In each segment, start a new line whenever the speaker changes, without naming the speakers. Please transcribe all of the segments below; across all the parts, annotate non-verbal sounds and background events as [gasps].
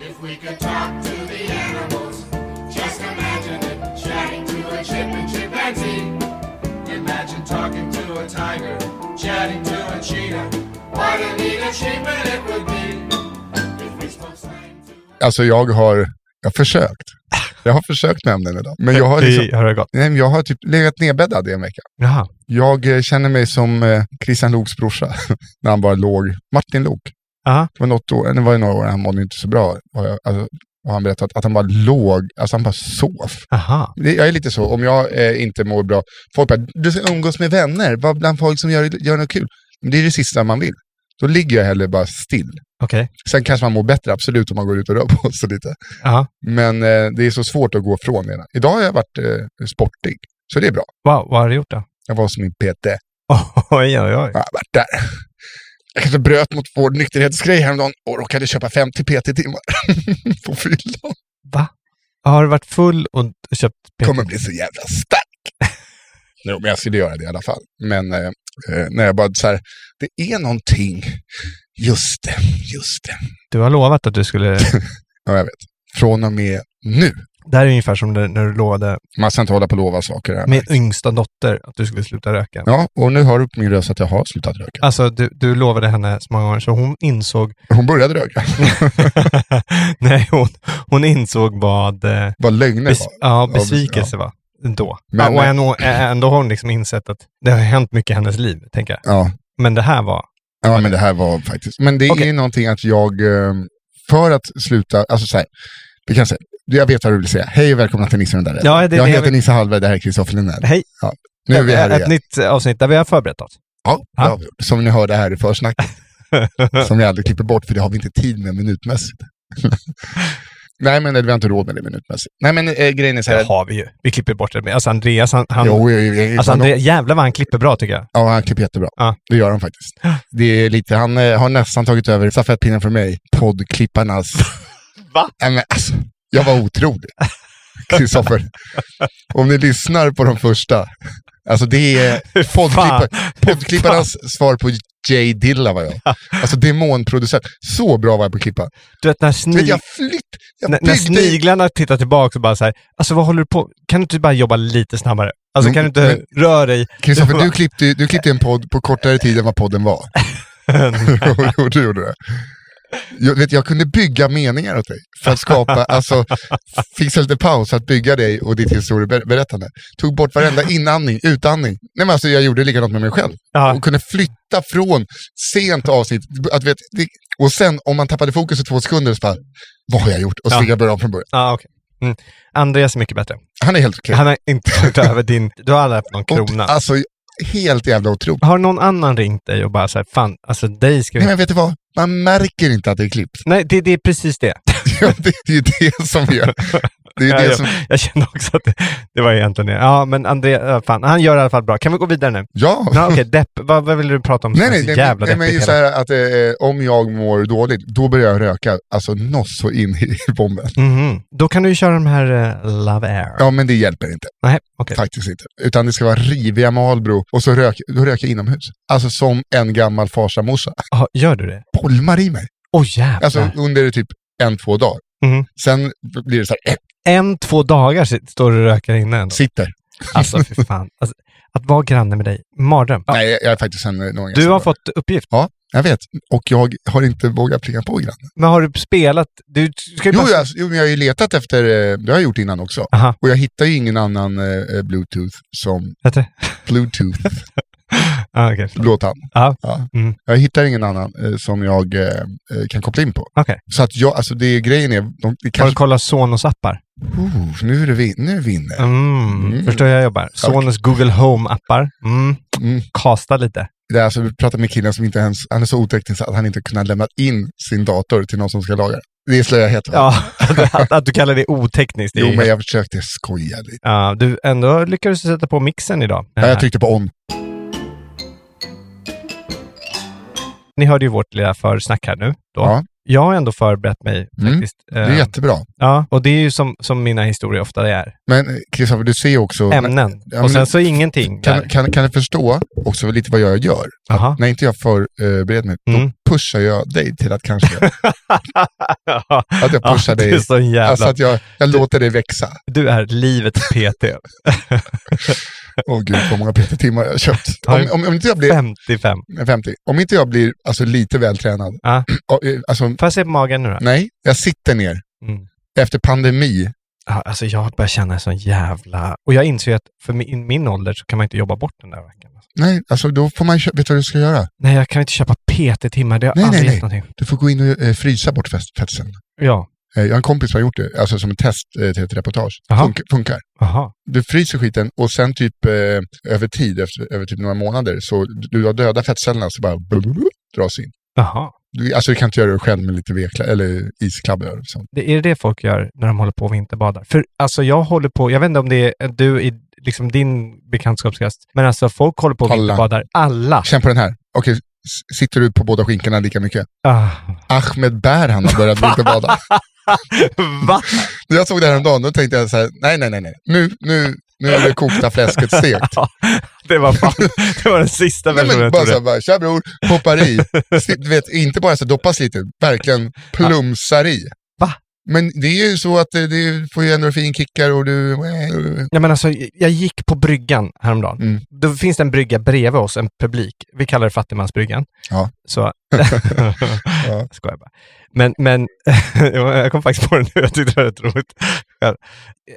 If we could talk to the animals, just imagine it. Chatting to a chip and chimpanzee. Imagine talking to a tiger, chatting to a cheetah. What a neat achievement it would be if we spoke slang to
Alltså jag har, jag har försökt. Jag har försökt nämna den idag. Men jag har, liksom,
Det har det gått.
nej, men jag har typ legat nedbäddad i en vecka.
Jaha.
Jag eh, känner mig som eh, Christian Loks brorsa, [laughs] när han bara låg. Martin Lok.
Aha.
Det var, något år, det var ju några år han mådde inte så bra. Har jag- alltså, har han berättat att han bara låg, alltså han bara sov.
Aha.
Det- Jag är lite så, om jag eh, inte mår bra, folk bara, du ska umgås med vänner, var bland folk som gör, gör något kul. Men det är det sista man vill. Då ligger jag hellre bara still.
Okej.
Sen kanske man mår bättre, absolut, om man går ut och rör på sig lite.
Aha.
Men eh, det är så svårt att gå från det. ena. Idag har jag varit eh, sportig, så det är bra.
Wow, vad har du gjort då? [laughs]
Jag var som min PT.
Oj, oj, oj.
Jag har varit där. Jag kanske bröt mot vår nykterhetsgrej häromdagen och råkade köpa 50 PT-timmar [laughs] på fyllan.
Va? Har du varit full och köpt p-
Kommer bli så jävla stark. Jo, men jag skulle göra det i alla fall. Men eh, eh, när jag bara så här, det är någonting. Just det, just det.
Du har lovat att du skulle...
[laughs] Ja, jag vet. Från och med nu.
Det här är ungefär som när när du lovade
Man ska inte hålla på och lova saker här.
min yngsta dotter att du skulle sluta röka.
Ja, och nu hör du på min röst att jag har slutat röka.
Alltså, du, du lovade henne så många gånger så hon
[laughs]
insåg... [laughs]
Hon började röka.
Nej, hon, hon insåg vad... eh,
Vad lögner
Bes,
var.
ja,
bes-
besvikelse va? Då.
Men-
Men, och ändå, ändå har hon liksom insett att det har hänt mycket i hennes liv, tänker jag.
Ja.
Men det här var...
Ja, men det här var faktiskt... Men det är
Okej.
ju någonting att jag, eh, för att sluta, alltså så här, vi kan säga, jag vet vad du vill säga. Hej och välkomna till Nisse och den där
Ja, det-
Jag
det-
heter Nisse Hallberg, det här är Kristoffer Lindell.
Hej!
Ja, nu är vi här
ett
igen.
nytt avsnitt där vi har
[laughs]
förberett oss.
Ja,
Ja.
ja, som ni hörde här i
[laughs]
försnacket, som jag aldrig klipper bort för det har vi inte tid med minutmässigt. [laughs] Nej, men eller vi har inte råd med det minutmässigt. Nej, men eh, grejen är så här,
Det har vi ju. Vi klipper bort det. Men Alltså Andreas, han... han
jo, jag, jag,
alltså Andreas, jävlar vad han klipper bra tycker jag.
Ja, han klipper jättebra.
Ja.
Det gör han faktiskt.
[gasps]
Det är lite, han eh, har nästan tagit över stafettpinnen från mig. Poddklipparnas...
[laughs] Va?
Nej, men alltså, jag var
[laughs]
otrolig. Kristoffer. Om ni lyssnar på de första. Alltså det
[laughs]
är poddklippa, poddklipparnas svar på Jay Dilla var jag. Alltså demonproducent. Så bra var jag på att klippa.
Du vet när,
Du vet,
snig,
jag flytt, jag
när, när
byggde-
sniglarna tittar tillbaka och bara så här, alltså vad håller du på Kan du inte bara jobba lite snabbare? Alltså
Men-
kan du inte röra dig?
Kristoffer,
[laughs]
du klippte, ju- du klippte en podd på kortare tid än vad podden var. [laughs] och du gjorde det. Jag, vet, jag kunde bygga meningar åt dig för att skapa, alltså fixa lite paus att bygga dig och ditt historieberättande. Tog bort varenda inandning, utandning. Nej men alltså jag gjorde likadant med mig själv.
Ja.
Och kunde flytta från sent avsnitt, att, vet, det, och sen om man tappade fokus i två sekunder så bara, vad har jag gjort? Och så
Ja.
fick jag börja om från början.
Ja, okej. Mm. Andreas är mycket bättre.
Han är helt okej.
Han har inte tagit över din... Du har aldrig haft någon
Och,
krona.
Alltså helt jävla otroligt.
Har någon annan ringt dig och bara så här, fan, alltså dig ska vi...
Nej
Nej,
men vet du vad, man märker inte att det är klippt. [laughs]
det, det är precis det.
Ja, det, det är ju det som gör. Det är ju
Ja,
det
ja.
som...
Jag kände också att det, det var egentligen det. Ja, men André, ja, fan, han gör i alla fall bra. Kan vi gå vidare nu?
Ja.
Ja, okej, depp. Vad, vad vill du prata om? som
Nej,
är
nej,
så
nej,
jävla
nej, men
deppigt
just så
hela-
här att eh, om jag mår dåligt, då börjar jag röka. Alltså något så in i [laughs] bomben.
Mhm. Då kan du ju köra de här eh, Love Air.
Ja, men det hjälper inte.
Nej, okej.
Faktiskt inte. Utan det ska vara riviga Marlboro och så rök, då röker jag inomhus. Alltså som en gammal farsamorsa.
Ja, gör du det?
Bolmar i mig.
Åh jävlar.
Alltså under typ en, två dagar.
Mhm.
Sen blir det så här, eh,
en, två dagar sit- står du och röker inne ändå.
sitter.
Alltså, för fan. Alltså, att vara granne med dig, mardröm. Ja,
Nej, jag är faktiskt en eh, någon
du har
ganska bra.
fått uppgift.
Ja, Jag vet, och jag har inte vågat plinga på grannen.
Men har du spelat? Du ska ju
Jo,
bara...
jag, jo, men jag har ju letat efter, eh, det har jag gjort innan också,
Aha,
och jag hittar ju ingen annan eh, eh, bluetooth som
vet [laughs] du?
bluetooth,
ah, okej. förlåt.
låtan.
Ja.
Ja.
Mm.
Jag hittar ingen annan eh, som jag eh, eh, kan koppla in på.
Okej.
Så att jag, alltså det grejen är, de, det
Har du
kanske,
kollat Sonos appar?
oh, nu är det vi, nu är vi inne.
Mm.
Mm.
Förstår hur jag jobbar? Sonos Google Home-appar. Mm.
Mm.
Kasta lite.
Det är alltså, vi pratar med killen som inte ens, han är så oteknisk att han inte kunnat lämna in sin dator till någon som ska laga den. Det är slöhet. va?
Ja, [laughs] att, att du kallar det otekniskt. det är
Jo,
ju-
men jag försökte skoja lite.
Ja, du, ändå lyckades du sätta på mixen idag. Eh,
Ja, jag tryckte på on.
Ni hörde ju vårt lilla försnack här nu. Då.
Ja.
Jag har ändå förberett mig
Mm.
faktiskt.
Det
Eh,
är jättebra.
Ja, och det är ju som, som mina historier ofta är.
Men eh, Kristoffer, du ser ju också...
Ämnen.
Ja, men-
och sen så ingenting.
Kan,
där.
kan, kan du förstå också lite vad jag gör?
Jaha.
När inte jag förbereder mig,
Mm.
då pushar jag dig till att kanske... Att jag pushar
[laughs] ja,
dig.
Du är så jävla...
alltså att jag, jag låter dig växa.
Du är livets PT.
Åh gud, vad många PT-timmar jag har
[laughs]
köpt. Om, om, om inte jag blir...
55.
50. Om inte jag blir alltså, lite vältränad.
Ja.
[clears throat] och, eh, Alltså,
Får jag se på magen nu då?
nej, jag sitter ner.
Mm.
Efter pandemi,
Ja, Alltså jag börjar känna en sån jävla... Och jag inser ju att för min, min ålder så kan man inte jobba bort den där veckan. Alltså.
nej, alltså då får man... kö- Vet du vad du ska göra?
Nej, jag kan inte köpa PT-timmar. Det har
Nej,
aldrig
nej,
gett någonting.
Du får gå in och eh, frysa bort fest- fetsen.
Ja,
Eh, Jag har en kompis som har gjort det, alltså som ett test eh, till ett reportage.
Jaha.
Funk, funkar.
jaha.
Du fryser skiten och sen typ eh, över tid, efter, över typ några månader, så du har döda fettcellerna så bara [laughs] blubblub, dras in.
Jaha.
Du, alltså du kan inte göra det själv med lite vekla, eller isklabbar eller sånt.
Det är det folk gör när de håller på och vinterbadar. För alltså jag håller på, jag vet inte om det är du i liksom din bekantskapskrets, men alltså folk håller på och
Alla.
vinterbadar. Alla.
Känn på den här. Okej, s- sitter du på båda skinkorna lika mycket?
Ah.
Ahmed Berhan har börjat vinterbada.
Va?
När [laughs] jag såg det här en dag, då tänkte jag så här, nej, nej, nej, nej. Nu, nu, nu är det kokta fläsket stekt.
[laughs] [laughs] Ja, det var fan, det var den sista
Nej,
versionen
men
jag
bara
trodde.
så här, bara, tja bror, hoppar i. Si- Du vet, inte bara så här, doppas lite, verkligen plumsar i.
Va?
Men det är ju så att det, det får ju endorfinkickar och du...
Ja, men alltså, jag gick på bryggan häromdagen.
Mm.
Då finns det en brygga bredvid oss, en publik. Vi kallar det fattigmansbryggan.
Ja.
Så...
[laughs] Ja.
Jag skojar bara. Men, men [laughs] jag kom faktiskt på det nu. Jag tyckte det var rätt roligt. Själv.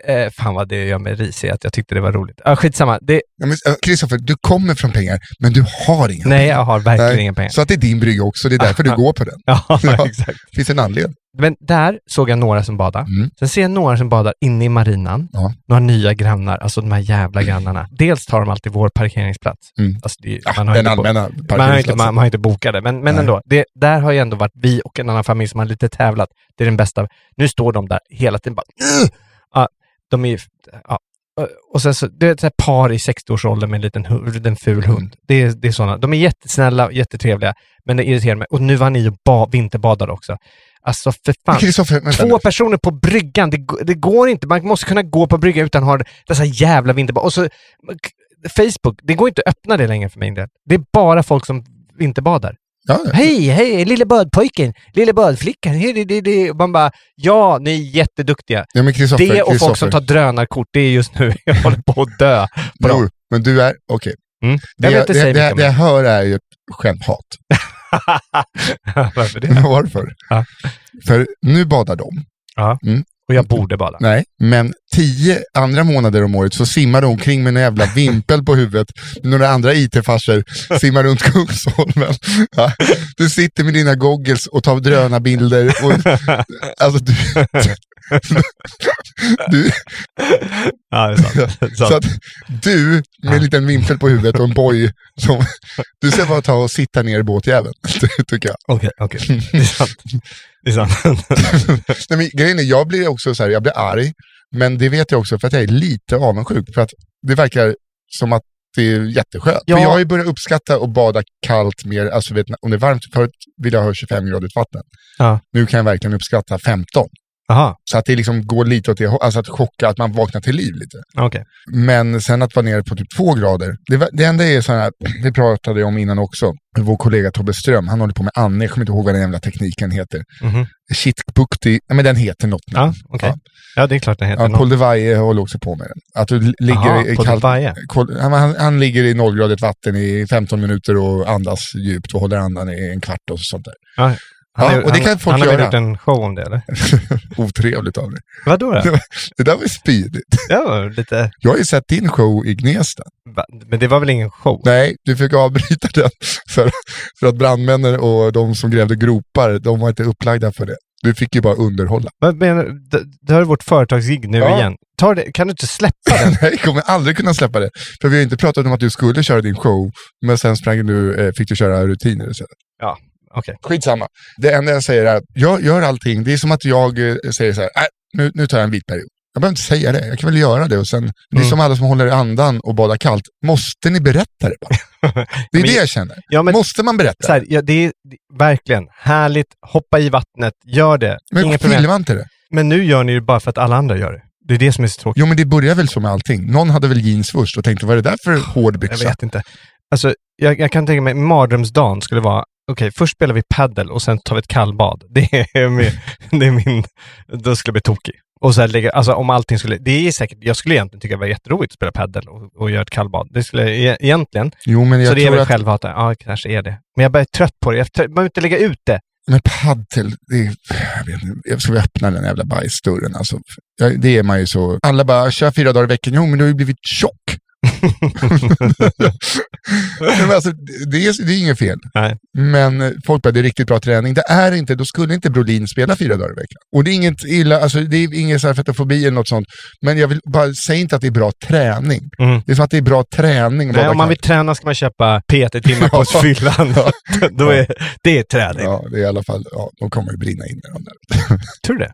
Eh, fan vad det gör mig risig att jag tyckte det var roligt. Ah, skitsamma. Det,
Ja, men, eh, Kristoffer, du kommer från pengar, men du har inga.
nej, jag har verkligen
Nej,
inga pengar.
Så att det är din brygga också, det är därför du går på den.
[laughs] Ja,
[laughs] Ja.
exakt.
Det finns en anledning.
Men där såg jag några som badade.
Mm.
Sen ser jag några som badar inne i marinan.
Ja.
Några nya grannar, alltså de här jävla grannarna. Dels tar de alltid vår parkeringsplats.
Mm.
Alltså det, är-
Ja,
man har
den
inte på-
allmänna
Man har, inte,
parkeringsplatsen.
man, man har inte bokat det, men, men
Nej.
ändå. Det, där har ju ändå varit vi och en annan familj som har lite tävlat. Det är den bästa. Nu står de där hela tiden bara... "Ugh!" Ja, de är ju... Ja. Eh, Och sen så, det är ett så här par i 60-årsåldern med en liten hund, en ful hund. Det är, det är sådana. De är jättesnälla och jättetrevliga, men det irriterar mig. Och nu var ni och ba, vinterbadade också. Alltså, för
Men
fan.
Kristoffer, vänta nu.
Två personer på bryggan, det, g- det går inte. Man måste kunna gå på bryggan utan att ha dessa jävla vinterbad. Och så Facebook, det går inte att öppna det längre för min del. Det är bara folk som vinterbadar.
Ja, ja.
Hej, hej, lille badpojken, lille badflickan. hej, det, det, det. Och Man bara, ja, ni är jätteduktiga.
Ja, men Kristoffer,
Det och folk
Kristoffer.
som tar drönarkort, det är just nu [laughs] jag håller på att dö. på dem.
Bror, men du är... Okej.
Mm.
Det,
Jag vet
jag,
inte
det,
säga
det,
mycket
det jag hör är ju ett
[laughs]
skämthat. [laughs]
men- Varför det?
Varför?
Ja.
För nu badar de.
[laughs] Och jag borde bada.
Nej, men tio andra månader om året så simmar de omkring med en jävla vimpel på huvudet. Några andra IT-farsor simmar runt Kungsholmen. Ja. Du sitter med dina goggles och tar drönarbilder. Och, alltså, du, du,
[laughs] Ja, det är sant. Det är sant.
så att du med en liten vimpel på huvudet och en boj. Som, du ska bara ta och sitta ner i båtjäveln, [laughs] tycker jag.
Okej, okej. Det är sant. Det är sant. [laughs]
[laughs] Nej, men grejen är, jag blir också så här, jag blir arg, men det vet jag också för att jag är lite avundsjuk. För att det verkar som att det är jätteskönt.
Ja.
För jag har ju börjat uppskatta att bada kallt mer, alltså vet, ni, om det är varmt, förut ville jag ha 25 gradigt vatten.
Ja.
Nu kan jag verkligen uppskatta 15.
Aha,
Så att det liksom går lite åt det hå- alltså att chocka, att man vaknar till liv lite.
okej.
Men sen att vara nere på typ två grader. Det, var- det enda är så här, det pratade jag om innan också, vår kollega Tobbe Ström, han håller på med Anne, jag kommer inte ihåg vad den jävla tekniken heter.
Mhm.
Shitkbukti, nej men den heter något namn.
Ja, okej. Ja. det är klart den heter
Ja,
något.
Paul DeVaye håller också på med den. Att du l- ligger
Aha,
i
Paul
kallt...
DeVaye.
kol- Han, han, han ligger i nollgradigt vatten i 15 minuter och andas djupt och håller andan i en kvart och sånt där. [laughs]
Ja,
Ja,
har-
och det kan folk
han, Han har
göra.
väl gjort en show om det, eller?
Otrevligt av dig.
Vadå då?
[laughs] Det där var ju spydigt.
Ja, lite...
Jag har ju sett din show i Gnesta.
va? Men det var väl ingen show?
Nej, du fick avbryta [laughs] den för, för att brandmännen och de som grävde gropar, de var inte upplagda för det. Du fick ju bara underhålla.
Vad menar du? Det- Det här är vårt företagsgig nu
Ja.
igen. Ta det, kan du inte släppa
[laughs]
den?
Nej, jag kommer aldrig kunna släppa det. För vi har ju inte pratat om att du skulle köra din show, men sen sprang du, eh, fick du köra rutiner istället.
Ja, okej.
Skitsamma. Det enda jag säger är att jag gör allting. Det är som att jag eh, säger så här, "Äh, nu, nu tar jag en vit period. Jag behöver inte säga det, jag kan väl göra det. Och sen, Det är
Mm.
som alla som håller andan och badar kallt. Måste ni berätta det bara? Det är
Men-
det jag känner.
Ja, men
Måste man berätta?
så här, ja, det är det- verkligen härligt. Hoppa i vattnet, gör det.
men
Inga problem.
filma inte det.
Men nu gör ni det bara för att alla andra gör det. Det är det som är så tråkigt.
Jo men det börjar väl så med allting. Någon hade väl jeans först och tänkte vad är det där för hård
Jag
byxa?
vet inte. Alltså, jag, jag kan tänka mig mardrömsdagen skulle vara, okej, först spelar vi paddel och sen tar vi ett kallbad. [laughs] Det är min, det är min då skulle jag bli tokig. Och så här lägga, alltså om allting skulle, det är säkert, jag skulle egentligen tycka det var jätteroligt att spela paddel och, och göra ett kallbad. Det skulle jag e- egentligen.
Jo men
så
jag
det är
tror
väl
att,
självhat? Ja, kanske är det. Men jag börjar trött på det. Jag trö- behöver inte lägga ut det.
men paddel, det är, jag vet inte, jag ska vi öppna den jävla bajsdörren alltså. Ja, Det är man ju så, alla bara kör fyra dagar i veckan, jo men du har ju blivit tjock. [laughs] men alltså, det, är, det är inget fel.
Nej.
Men eh, folk bara, det är riktigt bra träning. Det är inte, då skulle inte Brolin spela fyra dagar i veckan. Och det är inget illa, alltså det är ingen så här fetofobi eller något sånt. Men jag vill bara, säg inte att det är bra träning.
Mm.
Det är som att det är bra träning. att
Nej,
bada
om man vill träna ska man köpa PT timmar på
[laughs] Ja.
fyllan. Då är, det är träning.
Ja, det är i alla fall, ja, de kommer ju brinna in i de där.
Tror du det?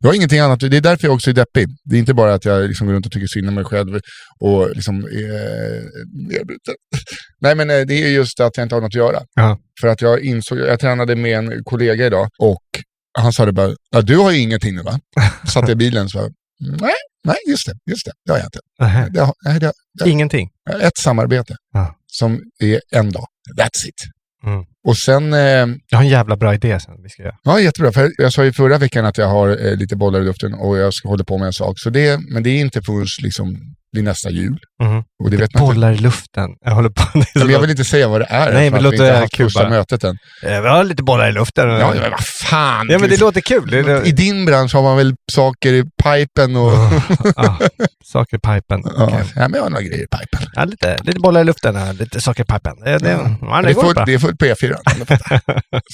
Jag har ingenting annat, det är därför jag också är deppig. Det är inte bara att jag liksom går runt och tycker synd om mig själv och liksom är nedbruten. [laughs] Nej, men eh, det är just att jag inte har något att göra.
Ja.
För att jag insåg, jag tränade med en kollega idag och han sa det bara, ja, du har ju ingenting nu
[laughs]
va? Satt jag i bilen så bara, nej, nej, just det, just det, det har jag inte.
Nähä.
Det har, nej, det har,
Ingenting.
ett samarbete
Ja.
som är en dag, that's it.
Mm.
Och sen eh,
Jag har en jävla bra idé sen vi ska göra.
Ja, jättebra. För jag sa ju förra veckan att jag har eh, lite bollar i luften och jag ska hålla på med en sak. Så det, men det är inte förrän liksom, det är nästa jul.
Mhm.
Och det vet man inte.
Bollar i luften. Jag håller på.
Nej, Men jag vill inte säga vad det är. för
Nej, men
att
låt
vi inte
det
har
här
haft
kul
första
bara.
mötet än.
Eh, Vi har lite bollar i luften.
Ja, men vad fan.
Ja, men det låter kul. Det, det,
I din bransch har man väl saker i pipen och... [laughs]
ah, saker i pipen.
Ja,
Okej.
ja, men jag har några grejer i pipen.
Ja, lite, lite bollar i luften, eh, lite saker i pipen. Det, det, ja. det,
det, är
går
fullt,
bra.
det är fullt på E4.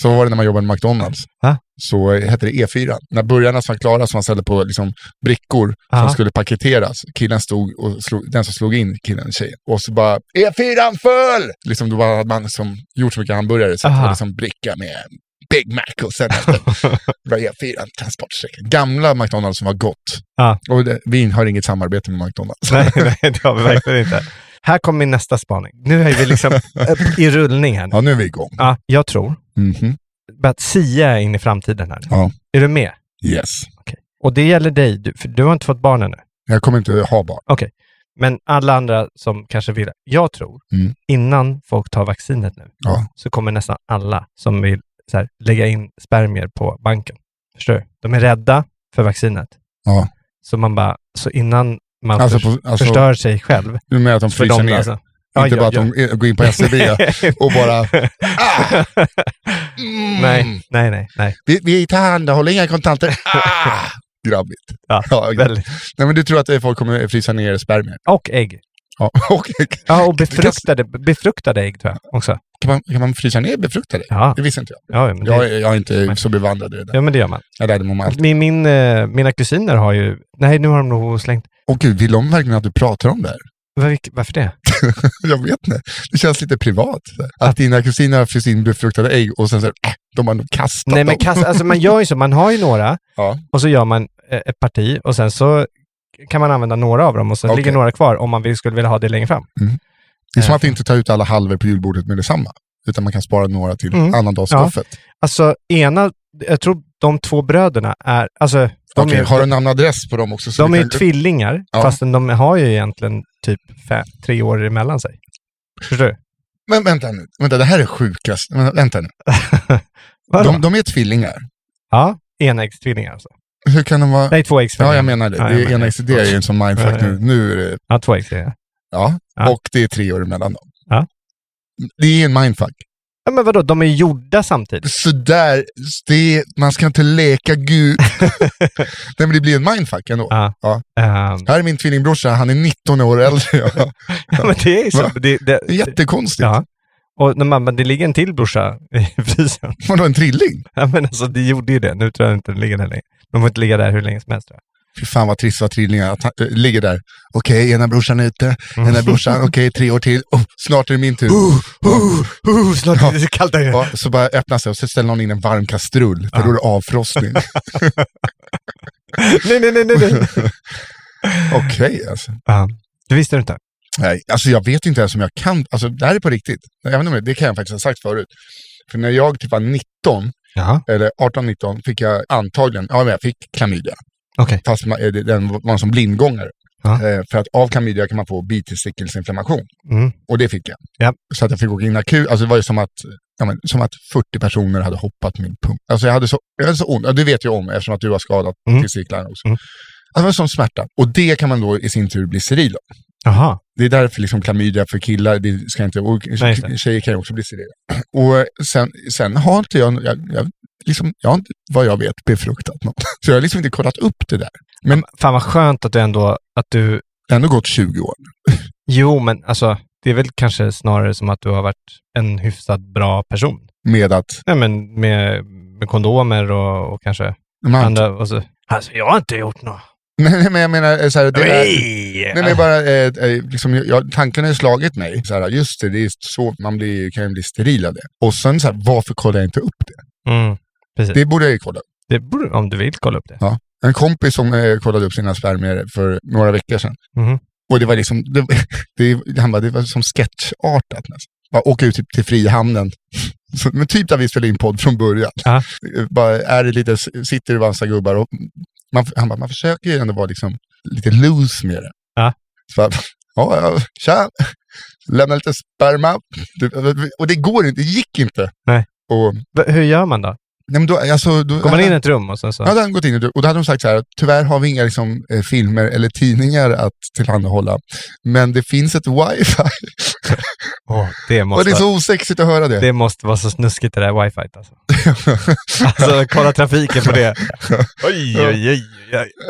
så var det när man jobbade med McDonalds.
Va?
Så hette det E4. När burgarna var klara som man ställde på liksom, brickor
Aha.
som skulle paketeras. Killen stod och slog, den som slog in killen, tjejen. Och så bara E4 föll! Liksom, då hade man som, gjort så mycket hamburgare så att det
Aha.
var liksom bricka med Big Mac och sen
[laughs]
efter var E4 transportsträckan. Gamla McDonalds som var gott.
Ja.
Och det, vi har inget samarbete med McDonalds.
[laughs] Nej, nej, det har vi verkligen inte. Här kommer min nästa spaning. Nu är
[laughs]
vi liksom upp i rullning här.
[laughs]
nu.
Ja, nu är vi igång.
Ja, jag tror
Mhm.
att Sia är in i framtiden här. nu.
Ja.
Är du med?
Yes.
Och det gäller dig, du, för du har inte fått barn ännu.
Jag kommer inte ha barn.
Men alla andra som kanske vill. Jag tror,
Mm.
innan folk tar vaccinet nu,
Ja.
så kommer nästan alla som vill så här, lägga in spermier på banken. Förstår du? De är rädda för vaccinet.
Ja.
Så man bara, så innan man
Alltså
förs-
på- alltså-
förstör sig själv.
Du menar att de
För
fryser
dem
ner?
alltså.
Inte bara
Ja, ja,
att de går in på SCB
[laughs]
och bara... Ah! Mm.
nej, nej, nej, nej.
Vi, vi tillhandahåller inga
[laughs]
kontanter. Ah! Grabbigt.
Ja,
Mm.
Väldigt.
Nej, men du tror att eh, folk kommer frysa ner spermier?
Och ägg.
Ja. [laughs] Och,
Ja, och befruktade, befruktade ägg tror jag också.
kan, man, kan man frysa ner befruktade?
Ja,
Det visste inte jag.
ja, men
Jag,
det,
är- jag är inte så bevandrad i det där.
ja, men det gör man.
Jag lärde mig om allt.
Min, min, eh, mina kusiner har ju... Nej, nu har de nog slängt...
Och gud, vill de verkligen att du pratar om det här? [laughs]
Var- vilk- Varför det?
Jag vet inte. Det känns lite privat. så här. Att dina kusiner har fryst in befruktade ägg och sen så här, äh, de har nog kastat
Nej, men
dem.
kassa, alltså man gör ju så. Man har ju några
Ja.
och så gör man eh, ett parti och sen så kan man använda några av dem och sen
Okej.
ligger några kvar om man vill, skulle vilja ha det längre fram.
Det är
Eh.
som att inte ta ut alla halvor på julbordet med detsamma. Utan man kan spara några till
Mm.
annandagsskaffet.
Alltså, ena jag tror de två bröderna är, alltså, de
Okej,
är,
Har du en namnadress på dem också? så
de
vi
är ju
kan-
tvillingar,
Ja.
fastän de har ju egentligen typ fem, tre år emellan sig. Förstår du? [laughs]
Men vänta nu, vänta, det här är sjukast. Men, vänta nu.
Vadå?
De, de är tvillingar.
Ja, enäggstvillingar alltså.
Hur kan de vara...
Nej, tvåäggstvillingar.
Ja, jag menar det.
Ja,
det
jag
är
menar
enäggst, det är ju en sån mindfuck
Ja, ja.
nu. Nu är det,
Ja, tvåäggstvillingar.
ja.
Ja.
Och det är tre år emellan dem.
Ja.
Det är en mindfuck.
Ja, men vadå, de är gjorda samtidigt.
Så där, det, man ska inte leka
[laughs]
gud. Nej, men det blir en mindfuck ändå.
[laughs] Ja.
Ja.
Ehm, [laughs]
Här är min tvillingbrorsa, han är 19 år äldre. Ja.
ja, men det är ju så.
Va?
Det, det,
Det är jättekonstigt.
ja. Och när man, men det ligger en till brorsa i [laughs] frysen.
Vadå, en trilling?
Ja, men alltså, det gjorde ju det. Nu tror jag inte den ligger där längre. De får inte ligga där hur länge som helst. Tror jag.
Fy fan vad trist vad trillingar att han, äh, ligger där. Okej, ena brorsan är ute, ena brorsan, okej, tre år till. Oh, snart är det min tur.
Uh, uh, snart
Ja.
det kallt där
Ja, så bara öppnas det och så ställer någon in en varm kastrull, för då är det avfrostning.
[laughs] Nej, nej, nej, nej. nej.
Okej, alltså.
Ja, det visste du inte.
Nej, alltså jag vet inte ens om jag kan, alltså det här är på riktigt. Även om det, det kan jag faktiskt ha sagt förut. För när jag typ var 19,
Jaha,
eller 18-19, fick jag antagligen, ja men jag fick klamydia.
okej.
Fast man, eh, det- den var som blindgångare.
Ja.
Eh, för att av klamydia kan man få bitestickelsinflammation.
Mm.
Och det fick jag.
Ja.
Så att jag fick åka in akut. Alltså det var ju som att, ja, men, som att 40 personer hade hoppat min pung. Alltså jag hade så, jag hade så ont. Ja, det vet jag om eftersom att du har skadat
Mm.
testiklarna också.
Mm.
Alltså, det var en sån smärta. Och det kan man då i sin tur bli steril av.
Jaha,
Det är därför liksom klamydia för killar, det ska inte, och
Nej, just det.
tjejer kan ju också bli sterila. [clears throat] Och eh, sen, sen har inte jag, jag, jag, liksom, jag har inte, vad jag vet, befruktat något. [laughs] Så jag har liksom inte kollat upp det där. Men
fan vad skönt att du ändå, att du,
det har ändå gått 20 år.
jo men alltså, det är väl kanske snarare som att du har varit en hyfsat bra person.
Med att,
Nej men med, med kondomer och, och kanske
man,
andra, och så, alltså jag har inte gjort något.
[laughs] nej, men jag menar eh, så här, det är,
Nej!
Nej, men bara, eh, eh, liksom, jag, tanken har ju slagit mig. Så här, just det, det är så, man blir, kan ju bli steril av det. Och sen så här, varför kollar jag inte upp det?
Mm, precis.
Det borde jag ju kolla upp.
Det borde, om du vill kolla upp det.
Ja. En kompis som eh, kollade upp sina spermier för några veckor sedan.
Mhm.
Och det var liksom, det, [laughs] det, han bara, det var som sketchartat nästan. Bara åka ut typ till Frihamnen. Så, men typ där vi spelade in podd från början. Eh,
Ja.
Bara, är det lite, sitter det massa gubbar och man, han bara, man försöker ju ändå vara liksom lite loose med det.
Ja.
Så bara, ja, ja, tja, lämna lite sperma. Du- Och det går inte, det gick inte.
Nej.
Och,
Va- Hur gör man då?
nej men då, alltså, då,
Går man in i ett rum och sen så?
Ja, då hade de gått in och- och då hade de sagt så här, att tyvärr har vi inga liksom, eh, filmer eller tidningar att tillhandahålla, men det finns ett wifi.
[laughs] Åh, det,
Och
måste
det är
vara,
så osexigt att höra det.
det måste vara så snuskigt det där wifi alltså. alltså kolla trafiken
[laughs]
på det. Oj, oj, oj. oj.
[laughs]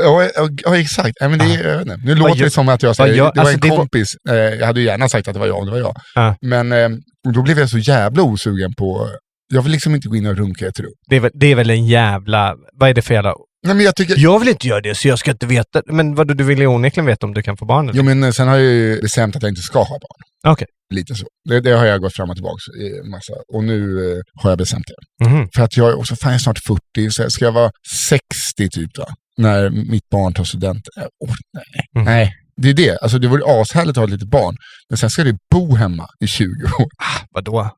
Ja, ja, ja, exakt. Nej, men det, är- jag vet inte. Nu låter
gör-
det som att jag
Ah. vad
säger,
gör-
det var
alltså, det
en
var- Ah.
kompis, eh, jag hade ju gärna sagt att det var jag om det var jag.
Ja.
Men eh, och då blev jag så jävla osugen på, jag vill liksom inte gå in och runka i ett rum.
Det, är väl, det är väl en jävla... Vad är det för jävla...
Nej, men jag tycker,
Jag vill inte göra det, så jag ska inte veta. Men vad du vill ju onekligen veta om du kan få barn eller?
jo, men eh, sen har jag ju bestämt att jag inte ska ha barn.
Okej.
Lite så. Det, det har jag gått fram och tillbaka i massa. Och nu eh, har jag bestämt det.
Mhm.
För att jag är också, fan jag är snart 40, så jag- ska jag vara 60 typ då? När mitt barn tar studenten. Jag- åh, nej.
Mm.
nej, det är det. Alltså det vore ashärligt att ha ett litet barn. Men sen ska det bo hemma i 20 år.
Vadå?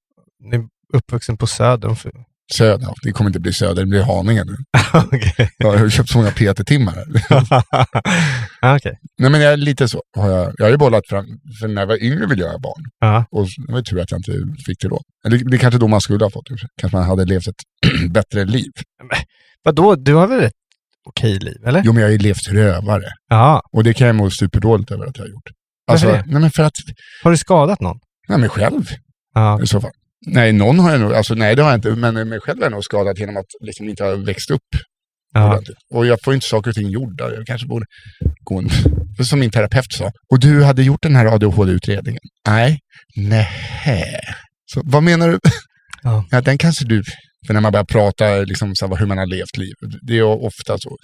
Ni är uppvuxen på Söder?
Söder, ja, det kommer inte bli Söder, det blir Haninge nu.
[laughs] [laughs] Okej.
Jag har ju köpt så många PT-timmar här. [laughs]
Ja, Okej.
Nej men jag är lite så. Har jag, jag har ju bollat fram, för när jag var yngre ville jag ha barn.
Ja.
Och det var ju tur att jag inte fick det då. Eller det är kanske då man skulle ha fått det. Kanske man hade levt ett [clears throat] bättre liv.
Vadå? Du har väl ett okej liv, eller?
Jo men jag har ju levt rövare.
Ja.
Och det kan jag må superdåligt över att jag har gjort. Alltså,
Varför
nej men för att,
Har du skadat någon?
nej men själv
Ja.
i så fall. Nej, någon har jag nog, alltså nej det har jag inte, men mig själv har jag nog skadat genom att liksom inte ha växt upp
ja.
ordentligt. Och jag får inte saker och ting gjorda. Jag kanske borde gå en, [laughs] som min terapeut sa. Och du hade gjort den här ADHD-utredningen? Nej. Nej. Så vad menar du?
Ja.
Ja, den kanske du... För när man börjar prata liksom, så här, hur man har levt livet. Det är ju ofta så.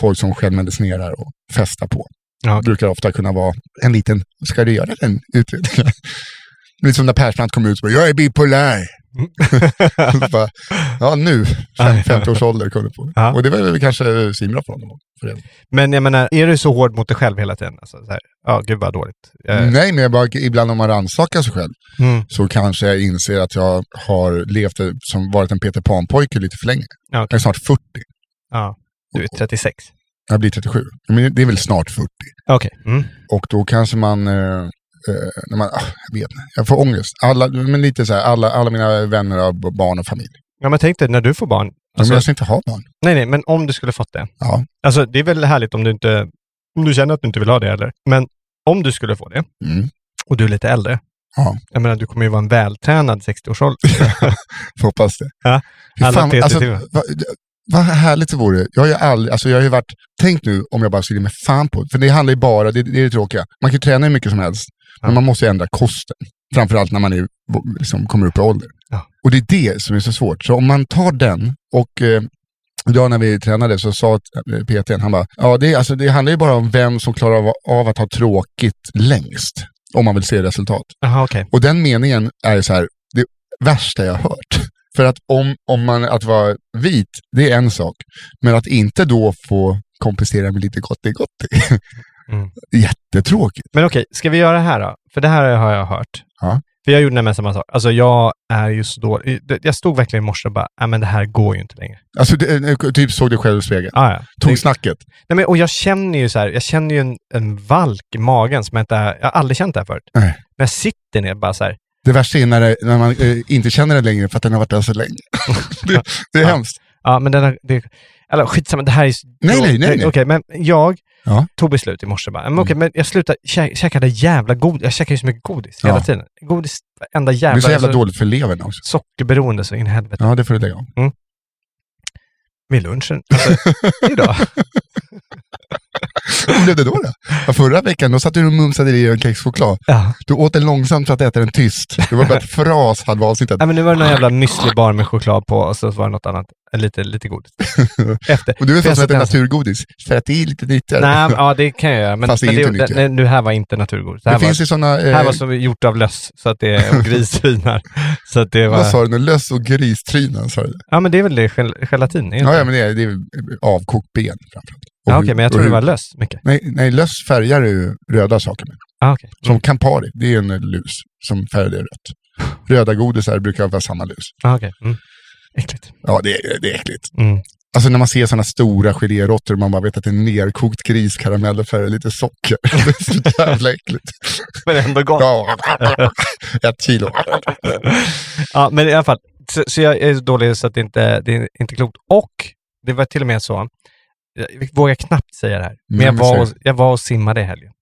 Folk som självmedicinerar och festar på.
Ja.
Brukar ofta kunna vara en [laughs]
[laughs]
liten, ska du göra den utredningen? Lite som när Persbrandt kom ut och bara, jag är bipolär. [laughs] Så bara, ja, nu, fem- 50 års ålder, kom du på.
Ja.
Och det var väl kanske svinbra för honom. För det.
Men jag menar, är du så hård mot dig själv hela tiden? Alltså, så här, ja, gud vad dåligt. Eh,
Nej, men jag bara, ibland om man rannsakar sig själv
Mm.
så kanske jag inser att jag har levt eh, som varit en Peter Pan-pojke lite för länge.
Ja,
Jag är
okej.
snart 40.
ja, du är 36.
Jag blir 37. Men det är väl snart 40.
Okej. Mm.
Och då kanske man, eh, eh, när man ah, jag vet inte, jag får ångest. Alla, men lite så här, alla, alla mina vänner har b- barn och familj.
Ja, men tänk dig när du får barn.
men
Alltså,
jag ska inte ha barn.
Nej, nej, men om du skulle fått det.
Ja.
Alltså, det är väl härligt om du inte om du känner att du inte vill ha det heller. Men om du skulle få det
Mm.
och du är lite äldre.
Ja.
Jag menar, du kommer ju vara en vältränad 60-årsålder.
[laughs] Får Hoppas det.
Ja,
Fy
alla TT
alltså,
timmar.
vad, vad härligt det vore. Jag har ju aldrig, alltså jag har ju varit, tänk nu om jag bara skulle ge mig fan på det. För det handlar ju bara, det, det är det tråkiga. Man kan ju träna hur mycket som helst,
Ja.
men man måste ju ändra kosten. Framförallt när man är, liksom, kommer upp i ålder.
Ja.
Och det är det som är så svårt. Så om man tar den och eh, idag när vi tränade så sa eh, PTn, han bara, ja det, är, alltså, det handlar ju bara om vem som klarar av, av att ha tråkigt längst. Om man vill se resultat.
Jaha, okej.
Och den meningen är så här, det värsta jag har hört. [laughs] För att om, om man, att vara vit, det är en sak. Men att inte då få kompensera med lite gotti [laughs] gotti.
Mm.
Jättetråkigt.
Men okej, ska vi göra det här då? För det här har jag hört.
Ja.
För jag gjorde nämligen samma sak. Alltså jag är ju så dålig. Jag stod verkligen i morse och bara, nej men det här går ju inte längre.
Alltså det, typ såg du själv i spegeln.
Ah, ja.
Tog snacket.
Nej, men, och jag känner ju så här, jag känner ju en, en valk i magen som jag inte, jag har aldrig känt det här förut.
Nej.
Men jag sitter ner bara så här,
Det värsta är när, det, när man eh, inte känner den längre för att den har varit där så länge. [laughs] det, det är
Ja.
hemskt.
ja men den här, det, eller skitsamma, det här är så-
Nej, nej, nej, nej.
Okej, men jag
Ja. Mm.
tog beslut i morse bara, men okej, men jag slutade kä- käka det jävla godis, jag käkar ju så mycket godis hela
Ja.
tiden. Godis, enda
Det
jävla...
är så jävla
alltså,
dåligt för levern också.
Sockerberoende så in i helvete.
Ja, det får du lägga om.
Vid lunchen,
[laughs]
alltså, idag.
Hur blev det då? då? Ja, Förra veckan då satt du och mumsade i en kexchoklad.
Ja.
Du åt den långsamt för att äta den tyst. Det var bara ett fras halva avsnittet.
Nej, men nu var det någon jävla müslibar med choklad på och så var det något annat, lite, lite godis. Efter.
[laughs] Och du är sån
För jag
som
satt
äter
ensam.
naturgodis, för att det är lite nyttigare.
Nej, men- ja det kan jag göra. Men,
Fast det är
men
inte nyttigt.
nej, nu här var inte naturgodis. Det
det
här, var,
finns ju sådana,
det här var
eh,
som gjort av löss, så att
[laughs]
det är och grissvinar. så att det var...
vad sa du nu, löss och gristrynen sa du?
Ja, men det är väl det, gel- gelatin? Är det
Ja,
inte?
ja, men det är, det är avkokt ben framförallt. Och
ja
hud-
okej, men jag
och
tror det
hud.
var löss mycket.
Nej, nej, löss färgar ju röda saker med.
Ah, okej.
Som Campari, det är en eh, lus som färgar det rött. Röda godisar brukar vara samma lus.
Ah, okej. mm. Äckligt.
Ja, det är, det är äckligt.
Mm.
Alltså när man ser sådana stora geléråttor och man bara vet att det är nerkokt griskaramell och färgar lite socker. [laughs] Det är så jävla äckligt.
Men ändå gott. Ja.
Ja, [laughs] ett kilo.
men i alla fall. Så, så jag är så dålig så att det inte det är inte klokt. Och det var till och med så, jag vågar knappt säga det här, men
Nej,
jag
men
var,
Mm, säg.
och, jag var och simmade i helgen.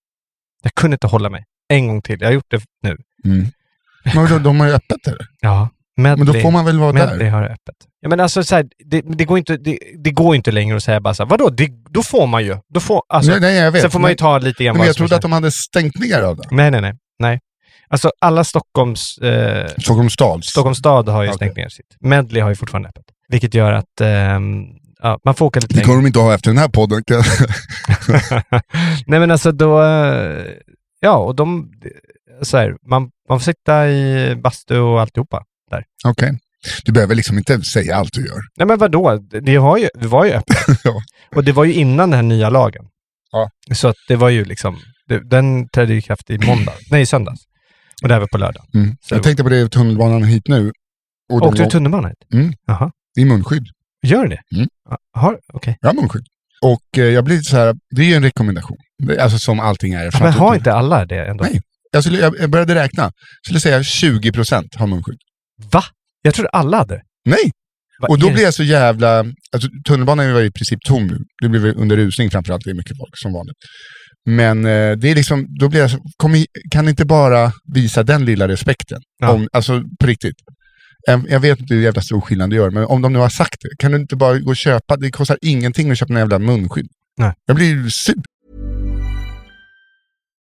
Jag kunde inte hålla mig. En gång till. Jag har gjort det nu.
Mm. Men då, de har ju öppet eller?
Ja. Medley.
Men då får man väl vara
Men det
där?
har öppet. Ja, men alltså, så här, det, det, går inte, det, det går inte längre att säga bara så här, vadå, det, då får man ju. Då får, alltså,
nej, nej, jag vet.
sen får man ju
Men-
ta lite grann
men
vad
jag
som
trodde att
känns.
de hade stängt ner av det.
Nej, nej, nej. nej. Alltså alla Stockholms, eh,
Stockholms stads.
Stockholms stad har ju
Okej.
stängt ner sitt. Medley har ju fortfarande öppet. Vilket gör att ehm, ja, man får åka lite
Det
längre.
kommer de inte ha efter den här podden. kan jag- [laughs]
[laughs] nej, men alltså då, eh, ja, och de, så här, man, man får sitta i bastu och alltihopa. Där.
Okej. Du behöver liksom inte säga allt du gör.
Nej men vadå, det, det, har ju, det var ju öppet.
[laughs] Ja.
Och det var ju innan den här nya lagen.
Ja.
Så att det var ju liksom, det, den trädde ju i kraft i måndag, nej i söndags. Och det här var på lördag.
Mm.
Så-
Jag tänkte på det i tunnelbanan hit nu. Och de
Åkte du
låg-
tunnelbana hit?
Mm.
Jaha.
Det är munskydd.
Gör du det?
Mm.
Ja, Har, okej.
Jag har munskydd. Och eh, jag blir så här, det är ju en rekommendation. Det- Alltså som allting är.
Men har inte alla det ändå?
Nej. jag, skulle, jag jag började räkna. Jag skulle säga 20 procent har munskydd.
Va? Jag trodde alla hade det.
Nej!
Vad
Och då
är det?
blir jag så jävla... Alltså, tunnelbanan var i princip tom nu. Det blev under rusning framförallt. Det är mycket folk som vanligt. Men eh, det är liksom, då blir jag så, kom i, kan ni inte bara visa den lilla respekten?
Ja.
Om, alltså på riktigt. Jag- Jag vet inte hur jävla stor skillnad det gör, men om de nu har sagt det, kan du inte bara gå och köpa? Det kostar ingenting att köpa en jävla munskydd.
Nej.
Jag blir sur.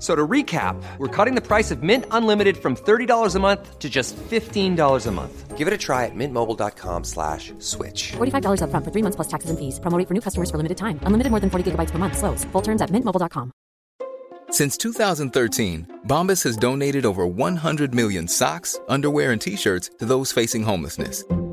So to recap, we're cutting the price of Mint Unlimited from $30 a month to just $15 a month. Give it a try at mintmobile.com slash switch.
$45 upfront for three months plus taxes and fees. Promo rate for new customers for limited time. Unlimited more than 40 gigabytes per month. Slows. Full terms at mintmobile.com.
Since 2013, Bombas has donated over 100 million socks, underwear, and t shirts to those facing homelessness.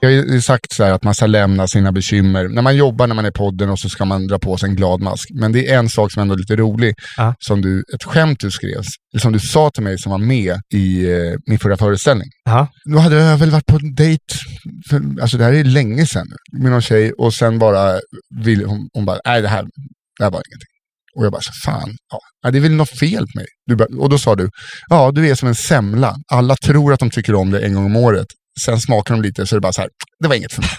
Jag har ju sagt så här att man ska lämna sina bekymmer. När man jobbar, när man är i podden och så ska man dra på sig en glad mask. Men det är en sak som ändå är lite rolig,
Ja.
som du, ett skämt du skrev, eller som du sa till mig som var med i eh, min förra föreställning. [laughs]
Jaha.
Då hade jag väl varit på en dejt, för, alltså det här är länge sedan, nu, med någon tjej och sen bara vill hon, hon bara, nej det här, det här var ingenting. Och jag bara, så fan, ja. ja, det är väl något fel på mig. Du bara, och då sa du, ja du är som en semla. Alla tror att de tycker om dig en gång om året. Sen smakar de lite så är det bara så här, det var inget för mig.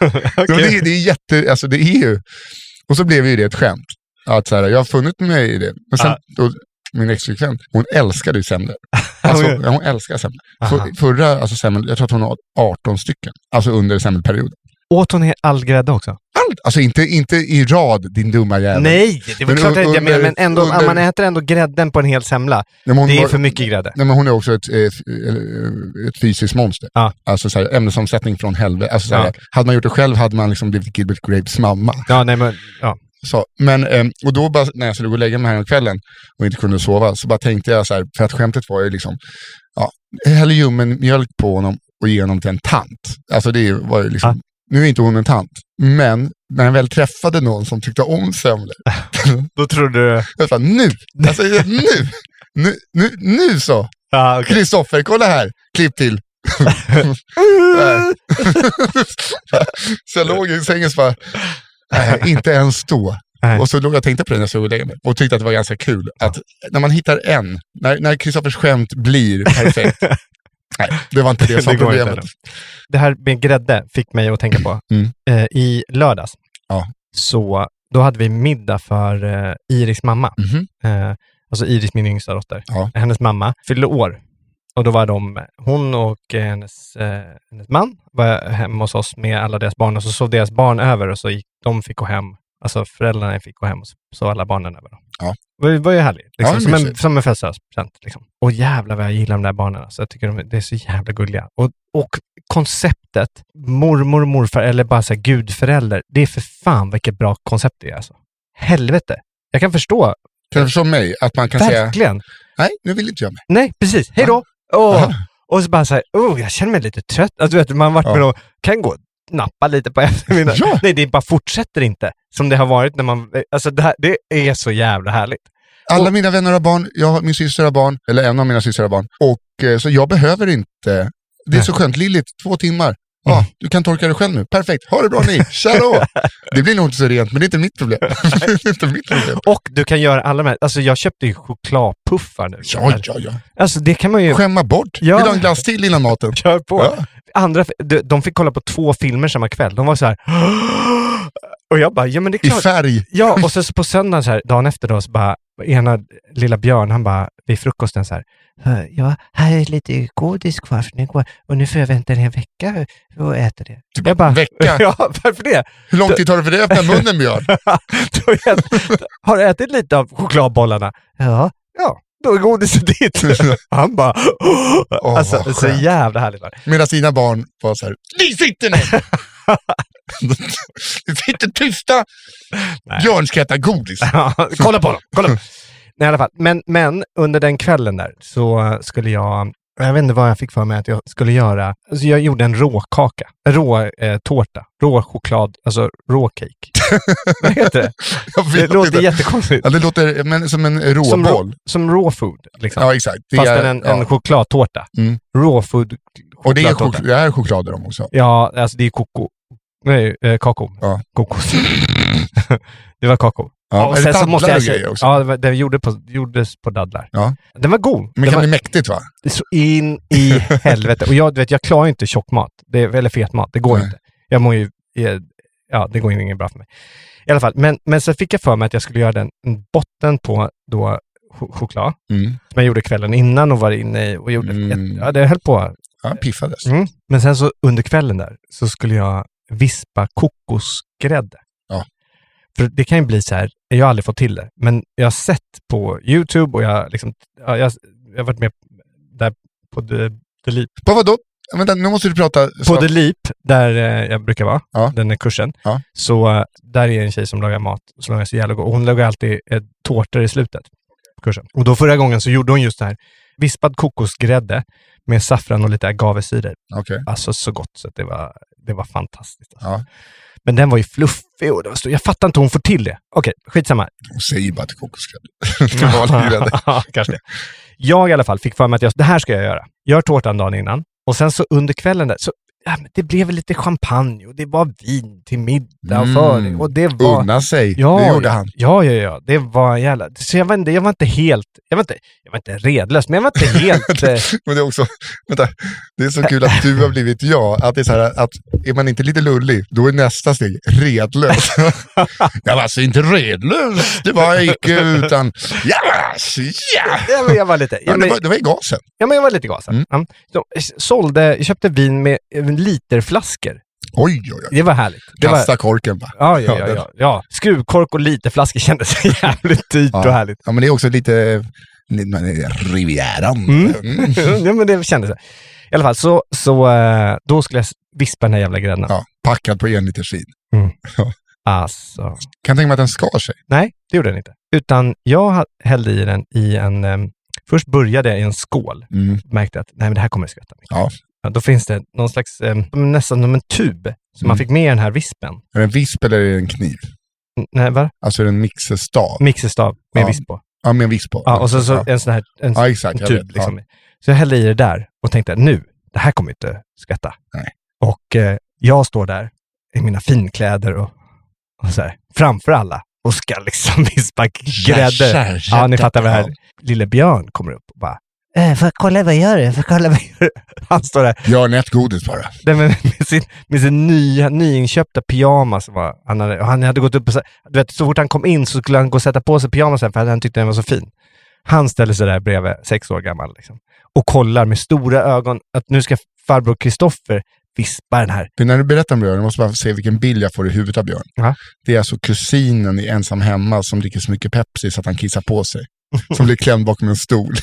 Okej.
Ja, det, är- det är jätte, alltså det är ju, och så blev ju det ett skämt. Att så här, jag har funnit mig i det. Men sen, och, min exflickvän, hon älskade ju
[laughs]
semlor. Alltså,
Oj.
ja, hon älskar semlor.
Aha.
För, förra, alltså semlor, jag tror att hon har 18 stycken. Alltså under semmelperioden.
Åt hon he- all grädde också?
Allt, alltså inte, inte i rad, din dumma jävel.
Nej, det var
Men
klart att
under-
jag menar, men ändå,
under-
man äter ändå grädden på en hel semla.
Nej, men hon
Det är
var-
för mycket grädde.
Nej, men hon är också ett, eh, f- eh, ett fysiskt monster.
Ja.
Alltså så här, ämnesomsättning från helvete. Alltså, så här,
Ja.
Hade man gjort det själv hade man liksom blivit Gilbert Grapes mamma.
Ja, nej men, ja.
Så, men, eh, och då bara, när jag skulle gå och lägga mig här om kvällen och inte kunde sova så bara tänkte jag så här, för att skämtet var ju liksom, ja, häll ljummen mjölk på honom och ge honom till en tant. Alltså det var ju liksom,
Ah.
nu är inte hon en tant, men när jag väl träffade någon som tyckte om semlor,
Då trodde du...
jag sa nu, alltså nu, nu, nu, nu så,
Ja, [laughs] okej.
Kristoffer, kolla här, klipp till. Nej. så jag låg i sängen så bara, nej, inte ens då.
Nej.
Och så låg jag och tänkte på det när jag skulle gå och lägga mig och tyckte att det var ganska kul att när man hittar en, när när Kristoffers skämt blir
[laughs]
perfekt, nej, det var inte det som
Det
var
går inte
problemet.
Det här med grädde fick mig att tänka på.
Mm.
Eh, I lördags,
Ja.
så då hade vi middag för eh, Iris mamma.
Mhm.
Eh, alltså Iris, min yngsta dotter.
Ja.
Hennes mamma fyllde år. Och då var de, hon och eh, hennes, eh, hennes man var hemma hos oss med alla deras barn och så sov deras barn över och så gick, de fick gå hem. Alltså föräldrarna fick gå hem och så sov alla barnen över. då.
Ja.
Det var ju- var ju härligt. Liksom,
Ja,
som, en,
mysigt.
som en födelsedagspresent. Liksom. Och jävlar vad jag gillar de där barnen. Alltså, jag tycker de är, det är så jävla gulliga. Och, och konceptet mormor, morfar eller bara så här, gudförälder. Det är för fan vilket bra koncept det är. Alltså. Helvete. Jag kan förstå.
Kan du förstå mig? Att man kan säga,
Verkligen.
nej, nu vill inte jag med.
Nej, precis. Hej då! Åh. Och så bara så här, oh, jag känner mig lite trött. Alltså, du vet, man har varit
Ja.
med någon, kan gå och nappa lite på [laughs] eftermiddagen.
Ja.
Nej, det bara fortsätter inte som det har varit när man... Alltså det, här, det är så jävla härligt.
Alla mina vänner har barn, jag, har- min syster har barn, eller en av mina systrar har barn. Och, eh, så jag behöver inte, det är
Nej. Mm.
så skönt, Lillit, två timmar. Ja, du kan torka dig själv nu. Perfekt. Ha det bra ni. Tja då!
[laughs]
Det blir nog inte så rent, men det är inte mitt problem. [laughs] det är inte mitt problem.
Och du kan göra alla de här. Alltså jag köpte ju chokladpuffar nu.
Ja, ja, ja.
Alltså det kan man ju... [laughs]
Skämma bort.
Ja.
Vill du ha en glass till innan maten?
Kör på.
Ja.
Andra, de, de fick kolla på två filmer samma kväll. De var så här... [gasps] Och jag bara, ja men det är
I
klart.
färg.
Ja, och sen så på söndagen, så här, dagen efter då, så bara, ena lilla Björn, han bara vid frukosten så här, "Eh, ja, här är lite godis kvar, för den går, och nu får jag vänta en vecka och äta det. jag bara,
Typ vecka?
[laughs] Ja, varför det?
Hur lång tid tar det för dig att öppna munnen Björn?
Då har jag- har du ätit lite av chokladbollarna? Ja. Ja, då är
[laughs]
godiset ditt. Han bara, [gasps]
vad
alltså så
skönt.
jävla härligt. var det.
Medan dina barn var så här, [laughs] ni sitter ner! ni sitter tysta! Björn ska äta
[laughs]
godis.
Ja, kolla på dem! Kolla på dem. Nej, i alla fall. Men, men under den kvällen där så skulle jag, jag vet inte vad jag fick för mig att jag skulle göra. Alltså jag gjorde en råkaka, en rå eh, tårta, rå choklad, alltså rå
[laughs]
cake. vad heter det?
Jag vet
Det låter
inte.
jättekonstigt.
Ja, det låter men, som en
Som,
råboll.
rå, som raw food, liksom.
Ja, exakt. Det
Fast
är-
en,
ja.
en chokladtårta.
Mm.
Raw food
Och det är,
chokladtårta.
chok- det här är choklad i dem också.
Ja, alltså det är koko. Nej, eh, kakao.
Ja.
Kokos. det var kakao.
Ja, är det dadlar och grejer också?
Ja, det, var, det gjorde på, gjordes på dadlar.
Ja.
Den var god.
Men
den
kan
var
bli mäktigt va?
så in i
[laughs]
helvete. Och jag, du vet, jag klarar ju inte tjock mat, det, eller fet mat. Det går
Nej.
inte. Jag mår ju... eh, Ja, det går ju inget bra för mig. I alla fall, men, men så fick jag för mig att jag skulle göra den en botten på då ch- choklad,
Mm.
som jag gjorde kvällen innan och var inne i och gjorde...
Mm.
Ett, ja, det höll på
Ja, piffades.
Mm. Men sen så under kvällen där så skulle jag vispa kokosgrädde.
Ja.
För det kan ju bli så här, jag har aldrig fått till det, men jag har sett på YouTube och jag liksom, ja, jag, jag har varit med där på The, the Leap.
På vadå? Ja, Vänta, nu måste du prata.
På
snabbt.
The Leap, där eh, jag brukar vara,
Ja.
den här kursen,
Ja.
så eh, där är en tjej som lagar mat som lagar så jävla god. Och hon lagar alltid eh, tårtor i slutet på kursen. Och då förra gången så gjorde hon just det här, vispad kokosgrädde med saffran och lite agavesyra
Okej.
Alltså så gott så att det var, det var fantastiskt. Alltså.
Ja.
Men den var ju fluffig och det var stor. Jag fattar inte hur hon får till det. Okej,
[laughs]
skitsamma.
Hon säger bara till kokosgrädde. [laughs] Till
[laughs]
vanlig grädde.
Ja, Kanske det. Jag i alla fall fick för mig att jag, det här ska jag göra. Gör tårtan dagen innan och sen så under kvällen där, så, ja, men det blev väl lite champagne och det var vin till middag och
Mm.
förrätt. Och det var...
Unna sig.
Ja,
det gjorde
ja.
han.
Ja, ja, ja. Det var en jävla... Så jag var inte, jag var inte helt... Jag var inte, jag var inte redlös, men jag
[laughs]
var inte helt... eh,
Men det är också, vänta, det är så kul att du har blivit jag. Att det är så här att är man inte lite lullig, då är nästa steg
[laughs]
redlös. jag var alltså inte redlös, det var jag icke,
[laughs]
utan yes, ja.
ja, men jag var lite...
Ja,
ja,
det,
men-
var, det var i gasen.
Ja, men jag var lite gasad.
Mm.
Ja. Så, sålde, jag köpte vin med eh, literflaskor.
Oj, oj, oj.
Det var härligt. Det var,
Kasta korken bara.
ja, ja, ja,
den-
ja, ja. Skruvkork och literflaskor [laughs] kändes jävligt dyrt
Ja.
och härligt.
Ja, men det är också lite eh, Rivieran. Mm.
ja, men det kändes så. I alla fall, så, så eh, då skulle jag s- vispa den här jävla grädden.
Ja, packad på en liters vin.
Alltså,
Kan tänka mig att den skar sig.
nej, det gjorde den inte. Utan jag ha- hällde i den i en... em, först började jag i en skål.
Mm.
Märkte att, nej men det här kommer jag skvätta mycket.
Ja.
Ja, då finns det någon slags, em, nästan som en tub, som man
Mm.
fick med i den här vispen.
Är det en visp eller är det en kniv?
N- Nej, va?
Alltså är det en mixerstav?
mixerstav med
Ja.
visp på.
Ja, med en visp på.
Ja, och så, så
ja.
en sån här en
Ja, exakt. Jag
tub.
vet.
Liksom. Så jag hällde i det där och tänkte nu, det här kommer inte skvätta.
Nej.
Och eh, jag står där i mina finkläder och, och så här, framför alla och ska liksom [laughs] vispa
Jäsar,
grädde. Ja, ni
jäklar.
fattar vad det här. Lille Björn kommer upp och bara Eh, får jag kolla vad jag gör? Får jag kolla vad jag gör? [laughs] Han står där
Ja. Gör ni ett godis bara.
där med, [laughs] med sin, med sin nya, nyinköpta pyjamas. Var, han, hade, och han hade gått upp och, så- du vet, så fort han kom in så skulle han gå och sätta på sig pyjamasen för att han tyckte den var så fin. Han ställer sig där bredvid, sex år gammal, liksom, och kollar med stora ögon att nu ska farbror Kristoffer vispa den här.
För när du berättar om Björn, jag måste bara se vilken bild jag får i huvudet av Björn.
Ja.
Det är alltså kusinen i Ensam Hemma som dricker så mycket Pepsi så att han kissar på sig. Som blir klämd bakom en
[laughs]
stol.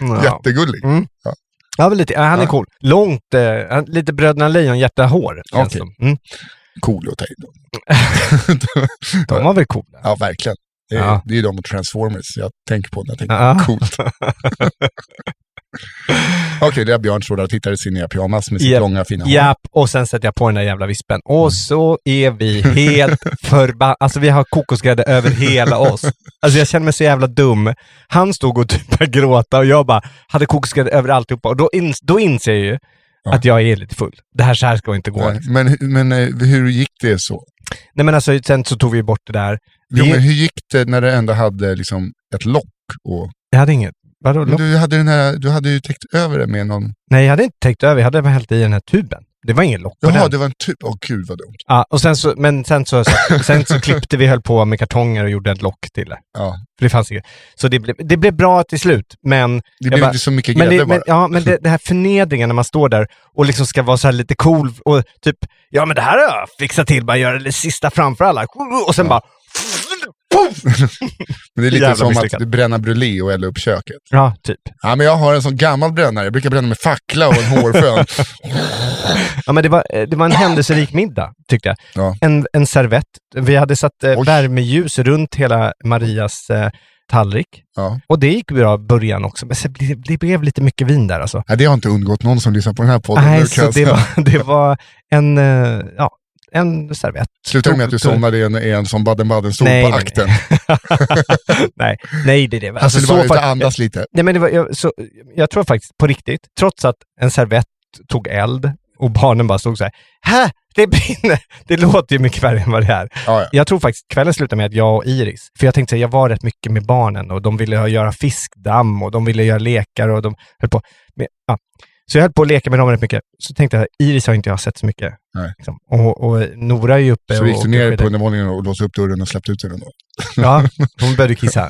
Ja.
Jättegullig.
Mm.
Ja.
Ja, men lite, ja, han är
Ja.
cool. Långt, eh, han- lite Bröderna Lejonhjärta-hår. känns
Okej.
som. Mm.
Cool att ta in.
[laughs]
då. [laughs]
De var väl coola?
Ja, verkligen. Det är,
Ja.
det är ju de och Transformers jag tänker på när jag tänker
Ja.
på
[laughs]
coolt. Okej, det är Björn står där och tittar i sin nya pyjamas med sitt
Japp.
långa fina hår.
Japp, och sen sätter jag på den där jävla vispen. Och
Mm.
så är vi
[laughs]
helt förbannade. Alltså vi har kokosgrädde över hela oss. Alltså jag känner mig så jävla dum. Han stod och typ började gråta och jag bara hade kokosgrädde över alltihopa. Och då, ins- då inser jag ju
Ja.
att jag är lite full. Det här, så här ska inte gå.
Nej,
Nej.
Men, hu- men eh, hur gick det så?
Nej, men alltså, sen så tog vi bort det där.
Jo,
Vi-
men hur gick det när det ändå hade liksom ett lock? Och,
Jag hade inget. Vadå?
men du, hade den här, du hade ju täckt över det med någon...
Nej, jag hade inte täckt över. Jag hade bara hällt i den här tuben. Det var ingen lock på
Jaha,
den.
det var en typ... Åh gud vad dumt.
Ja, och sen så, men sen så, sen så klippte vi, höll på med kartonger och gjorde ett lock till det.
Ja.
För det fanns inget. Så det blev, det blev bra till slut, men...
Det
jag
blev
bara-
inte så mycket
men
grädde
det, men,
bara.
Ja, men det, det här förnedringen när man står där och liksom ska vara så här lite cool och typ, ja men det här har jag fixat till, bara göra det sista framför alla. Och sen bara...
Men det är lite
jävla
som
misslyckat.
att bränna brûlé och elda upp köket.
Ja, typ.
Ja, men jag har en sån gammal brännare. Jag brukar bränna med fackla och en
[laughs]
hårfön.
Ja, men det var, eh, det var en händelserik middag, tyckte jag.
Ja.
En, en servett. Vi hade satt eh,
Oj.
värmeljus runt hela Marias eh, tallrik.
Ja.
Och det gick bra i början också, men sen blev, det blev lite mycket vin där alltså.
Ja, det har inte undgått någon som lyssnar på den här podden. nu,
Nej,
kan
så
jag [laughs]
det
säga.
var, det var en, eh, ja, en servett.
Slutar det med att du somnade i en, i en som Baden-Baden-stol
Nej,
på
nej, Alltså,
akten?
[laughs] nej, nej, det är det.
Alltså, det var
fakt-
ute och andas lite.
Nej, men det var, jag, så, jag tror faktiskt på riktigt, trots att en servett tog eld och barnen bara stod så här, Hä? Det brinner! Det låter ju mycket värre än vad det är.
Ja, ja.
Jag tror faktiskt kvällen slutade med att jag och Iris, för jag tänkte säga, jag var rätt mycket med barnen och de ville ha- göra fiskdamm och de ville göra lekar och de höll på. Med, ja. Så jag höll på att leka med dem rätt mycket. Så tänkte jag, Iris har inte jag sett så mycket.
Nej.
Liksom. Och, och Nora är ju uppe
Så
och
gick du
åker
ner på
skidor.
undervåningen och låste upp dörren och släppte ut den ändå.
Ja, hon
[laughs]
började kissa.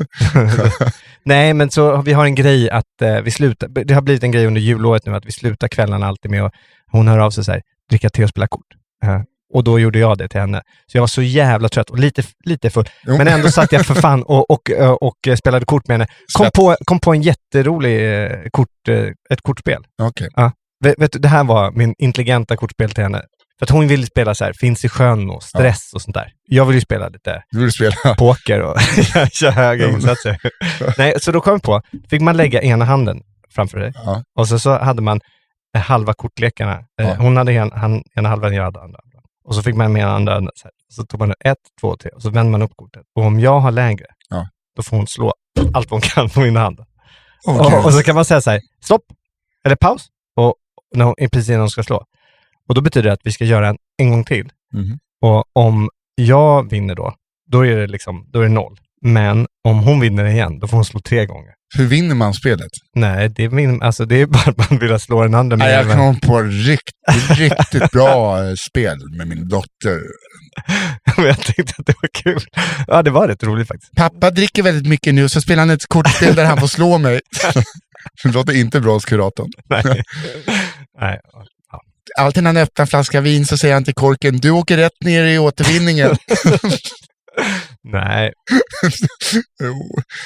Nej, men så vi har en grej att eh, vi slutar, det har blivit en grej under jullovet nu att vi slutar kvällarna alltid med att hon hör av sig så här, dricka te och spela kort. Eh, och då gjorde jag det till henne. Så jag var så jävla trött och lite, lite full.
Jo.
Men ändå satt jag för fan och, och, eh, och, eh, spelade kort med henne. Kom
Snabbt.
på, kom på en jätterolig eh, kort, eh, ett kortspel.
Okej.
Vet, vet du, det här var min intelligenta kortspel till henne. För att hon ville spela så här, finns i sjön och stress och sånt där. Jag ville ju spela lite
Du vill spela. [laughs]
poker och [laughs] köra höga insatser. Nej, så då kom jag på, fick man lägga ena handen framför sig
Ja.
och så, så hade man eh, halva kortlekarna. Eh,
Ja.
Hon hade en, han, ena halvan, jag hade andra. halvan. Och så fick man med den andra handen. Så, här. så tog man ett, två, tre och så vänder man upp kortet. Och om jag har lägre,
Ja.
då får hon slå allt hon kan på min hand.
Åh, gud.
Och, och så kan man säga så här, stopp, eller paus, och när hon, precis innan hon ska slå. Och då betyder det att vi ska göra en, en gång till.
Mhm.
Och om jag vinner då, då är det liksom, då är det noll. Men om hon vinner igen, då får hon slå tre gånger.
Hur vinner man spelet?
Nej, det är, min, alltså det är bara att man vill slå den andra med
Nej, jag
jäveln.
kom på riktigt, riktigt bra eh, spel med min dotter.
[laughs] Men jag tänkte att det var kul. Ja, det var rätt roligt faktiskt. [laughs]
Pappa dricker väldigt mycket nu, så spelar han ett kortspel där han får slå mig. [laughs] det låter inte bra hos kuratorn.
Nej. Nej.
Alltid när han öppnar en flaska vin så säger han till korken, du åker rätt ner i
[laughs]
återvinningen.
Nej.
Jo.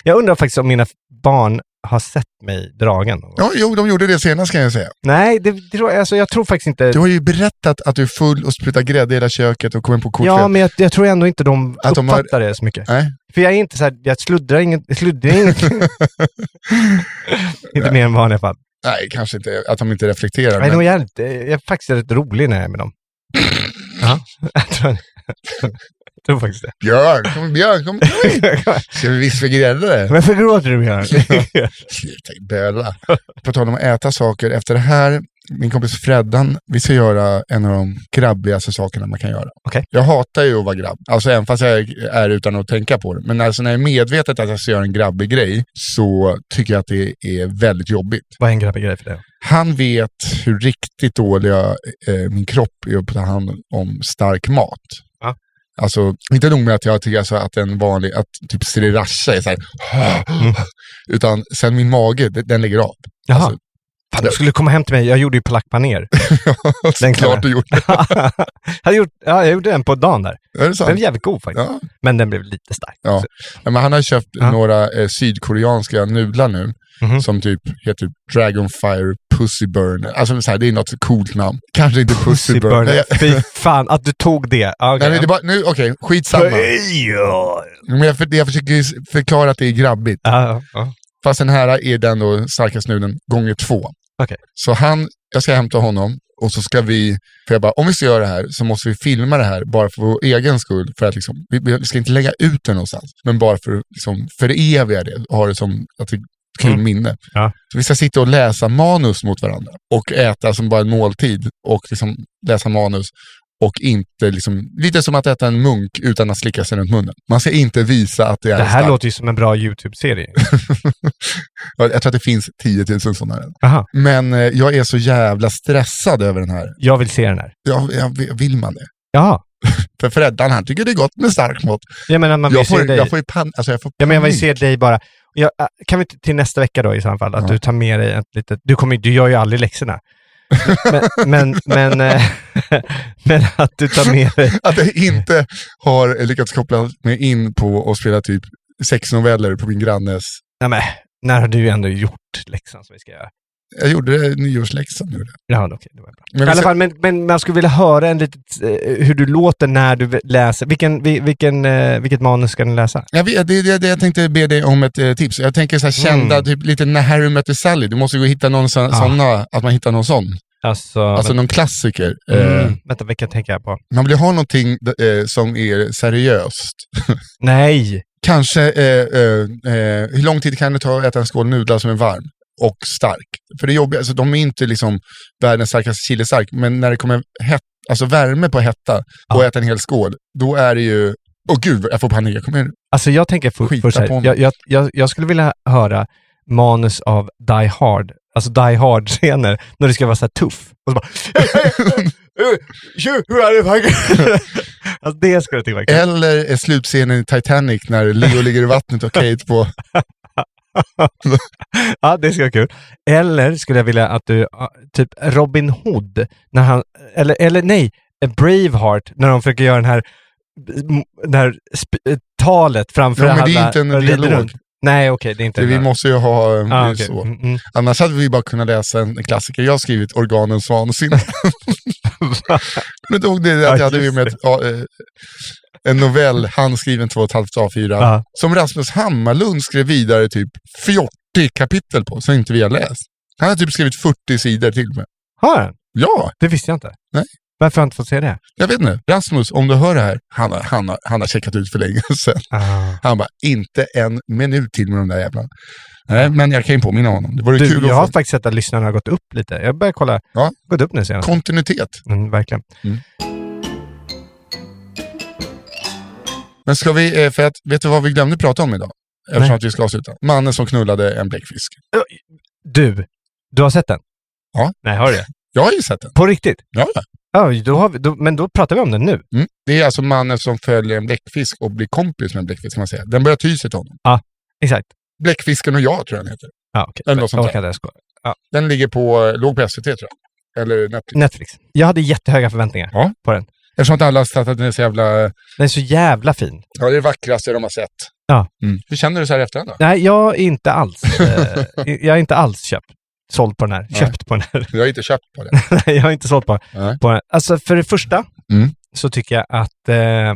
Jag undrar faktiskt om mina barn har sett mig dragen. någon gång.
Ja, jo, de gjorde det senast kan jag säga.
Nej, det, det, tror jag- alltså, jag tror faktiskt inte...
Du har ju berättat att du är full och sprutar grädde i hela köket och kommer på kortspel.
Ja, men jag, jag tror ändå inte de
Att de har-
uppfattar det så mycket.
Nej.
För jag är inte så här, jag sluddrar inget,
[laughs]
jag sluddrar inget. inte mer än vanliga fall.
Nej, kanske inte. Att de inte reflekterar.
Nej,
men-
de är jävligt, jag är faktiskt rätt rolig när jag är med dem. Ja, [laughs] jag tror, jag tror faktiskt det.
Björn, kom Björn,
[laughs]
kom Ska vi vissla [laughs] grädde?
Varför gråter du Björn? [laughs]
Sluta böla. På tal om att äta saker, efter det här, min kompis Freddan, vi ska göra en av de grabbigaste sakerna man kan göra.
Okej.
Jag hatar ju att vara grabb, alltså även fast jag är utan att tänka på det. Men alltså när jag är medvetet att jag ska göra en grabbig grej så tycker jag att det är väldigt jobbigt.
Vad är en grabbig grej för dig?
Han vet hur riktigt dålig jag, eh, min kropp är på att ta hand om stark mat.
Ja.
Alltså, inte nog med att jag tycker alltså att en vanlig, att typ sriracha är så här,
Mm.
[gasps] utan sen min mage, den, den lägger av.
Jaha.
Alltså,
Fan, du skulle komma hem till mig. Jag gjorde ju
[laughs]
[laughs] polackpanér. [laughs] Den kan
klart
jag.
du gjort det.
jag, gjort, ja, jag gjorde den på dagen där.
Är det
Den var
sant?
jävligt god faktiskt.
Ja.
Men den blev lite stark.
Ja.
Så-
Ja, Men han har köpt
Ja.
några eh, sydkoreanska nudlar nu,
Mhm.
som typ heter Dragonfire Pussy Burner. Alltså så här, det är något coolt namn. Kanske inte Pussy,
Pussy
Burner. Nej,
burner.
[laughs]
Fy fan att du tog det. Ja,
Nej,
okej.
nej, det är bara, nu, okej, skitsamma.
Ja,
Men jag, för, jag försöker ju s- förklara att det är grabbigt.
ja, ja.
Fast den här är den då starka snuden gånger två.
Okej.
Så han, jag ska hämta honom och så ska vi, för jag bara, om vi ska göra det här så måste vi filma det här bara för vår egen skull. För att liksom, vi, vi ska inte lägga ut det någonstans, men bara för att liksom, föreviga det och ha det som att vi kul
Mm.
minne.
Ja.
Så vi ska sitta och läsa manus mot varandra och äta som bara en måltid och liksom läsa manus. Och inte liksom, lite som att äta en munk utan att slicka sig runt munnen. Man ska inte visa att det är
Det här
starkt.
låter ju som en bra YouTube-serie.
[laughs] Jag jag tror att det finns 10 000 sådana. redan.
Aha.
Men eh, jag är så jävla stressad över den här.
Jag vill se den här.
Jag, jag, vill man det?
Jaha.
För Freddan, han tycker det är gott med stark mat.
Jag menar, man vill
Jag
se
får,
dig.
jag får ju pan, alltså jag får
Ja, men jag vill
panik.
se dig bara. Jag, äh, kan vi inte till nästa vecka då i så fall, att
Ja.
du tar med dig ett litet... Du, kommer, ju- du gör ju aldrig läxorna. Men, men,
[laughs]
men, eh, [laughs] men att du tar med dig...
Att jag inte har lyckats koppla mig in på och spela typ sex noveller på min grannes.
Nej, men, när har du ändå gjort läxan som vi ska göra?
Jag gjorde det i nyårsläxan. gjorde jag.
Ja, okej, det var bra.
Men
I
vi
alla
ska-
fall, men, men man skulle vilja höra en litet, eh, hur du låter när du läser. Vilken, vi- vilken, eh, vilket manus ska ni läsa?
Jag, vet, det, det, det, jag tänkte be dig om ett eh, tips. Jag tänker så här kända,
Mm.
typ lite när Harry mötte Sally. Du måste gå och hitta någon sån,
Ah.
såna, att man hittar någon sån.
Alltså,
Alltså
vänta,
någon klassiker. Eh,
mm, vänta, vilken tänker jag på?
man vill ha någonting eh, som är seriöst.
Nej!
Kanske, eh, eh, eh, hur lång tid kan det ta att äta en skål nudlar som är varm och stark? För det jobbiga, alltså de är inte liksom världens starkaste chili stark, men när det kommer het, alltså värme på hetta och
Ja.
äta en hel skål, då är det ju, åh gud, jag får panik, jag
[laughs]
kommer
Alltså jag tänker för,
Skita
först
på
här,
mig.
jag, jag, jag, jag skulle vilja höra manus av Die Hard, alltså Die Hard-scener, när du ska vara så här tuff. Och så bara... Tju, hur är det Frank? [laughs] Alltså det skulle jag tycka var kul. [laughs]
Eller är slutscenen i Titanic när Leo ligger i vattnet och Kate på,
Ja, det skulle vara kul. Eller skulle jag vilja att du, ja, typ Robin Hood, när han, eller, eller nej, Braveheart, när de försöker göra den här, det här sp- eh, talet framför
Ja,
alla.
men det är inte en
och rider
dialog.
runt. Nej, okej, [laughs] det är inte en
vi
dialog.
måste ju ha, eh,
Ah, okej.
så.
Mm, mm.
Annars hade vi bara kunnat läsa en klassiker. Jag har skrivit Organens
[laughs]
vansinne. Men då det att
Ja,
jag hade
just
med mig ett, ja, eh, en novell, handskriven 2,5 A4,
Ja.
som Rasmus Hammarlund skrev vidare typ 40 kapitel på, som inte vi har läst. Han har typ skrivit 40 sidor till med.
Har han?
Ja,
Det visste jag inte.
Nej.
Varför har jag inte fått se det?
jag vet inte. Rasmus, om du hör det här, han har, han har, han har checkat ut för länge [laughs] sedan.
Ah.
Han bara, inte en minut till med de där jävlarna. Nej, men jag kan ju påminna honom. Det vore
Du,
kul
jag har
att få
faktiskt sett att lyssnarna har gått upp lite. Jag börjar kolla.
Ja.
Gått upp nu senast.
kontinuitet.
Mm, verkligen.
Men ska vi, eh, för att, vet du vad vi glömde prata om idag? Eftersom
Nej.
att vi ska avsluta. Mannen som knullade en bläckfisk.
Du, du har sett den?
Ja.
Nej, har du det?
Jag har ju sett den.
På riktigt?
Ja.
Ja, då har vi, då, men då pratar vi om den nu.
Mm. Det är alltså mannen som följer en bläckfisk och blir kompis med en bläckfisk kan man säga. Den börjar ty sig till honom.
Exakt.
Bläckfisken och jag tror jag den heter.
Ja, okej.
Eller något sånt
Jag
där.
orkar inte ens gå.
Den ligger på, eh, låg på SVT tror jag. Eller Netflix.
Netflix. Jag hade jättehöga förväntningar
Ja.
på den.
Mm. Eftersom att alla har sagt att den är så jävla, eh,
Den är så jävla fin.
ja det är det vackraste de har sett.
Ja.
Mm. Hur känner du så här i efterhand [laughs] då?
Nej, jag är inte
[laughs]
alls, eh, jag är inte alls köpt. Såld på den här.
Nej.
Köpt på den här.
Jag har inte köpt på den.
Nej, [laughs] jag har inte sålt på,
Nej.
på den. Alltså för det första
Mm.
så tycker jag att eh,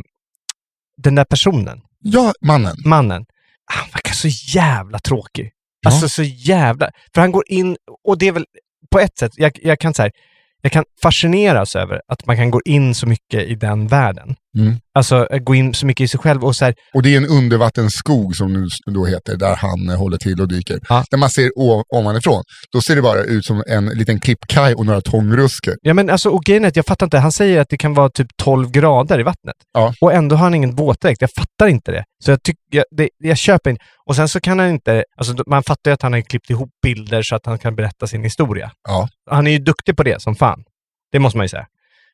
den där personen,
Ja, mannen.
mannen, han verkar så jävla tråkig.
Ja.
Alltså så jävla... För han går in, och det är väl på ett sätt, jag, jag kan så här, jag kan fascineras över att man kan gå in så mycket i den världen.
Mm.
Alltså eh, gå in så mycket i sig själv och så här,
Och det är en undervattensskog som det då heter, där han eh, håller till och dyker.
Ja.
När man ser o- ovanifrån, då ser det bara ut som en liten klippkaj och några tångruskor.
ja men alltså och grejen är att jag fattar inte, han säger att det kan vara typ 12 grader i vattnet.
Ja.
Och ändå har han ingen våtdräkt. Jag fattar inte det. Så jag, tyck, jag, det, jag köper inte. Och sen så kan han inte, alltså man fattar ju att han har klippt ihop bilder så att han kan berätta sin historia.
Ja.
Han är ju duktig på det som fan. Det måste man ju säga.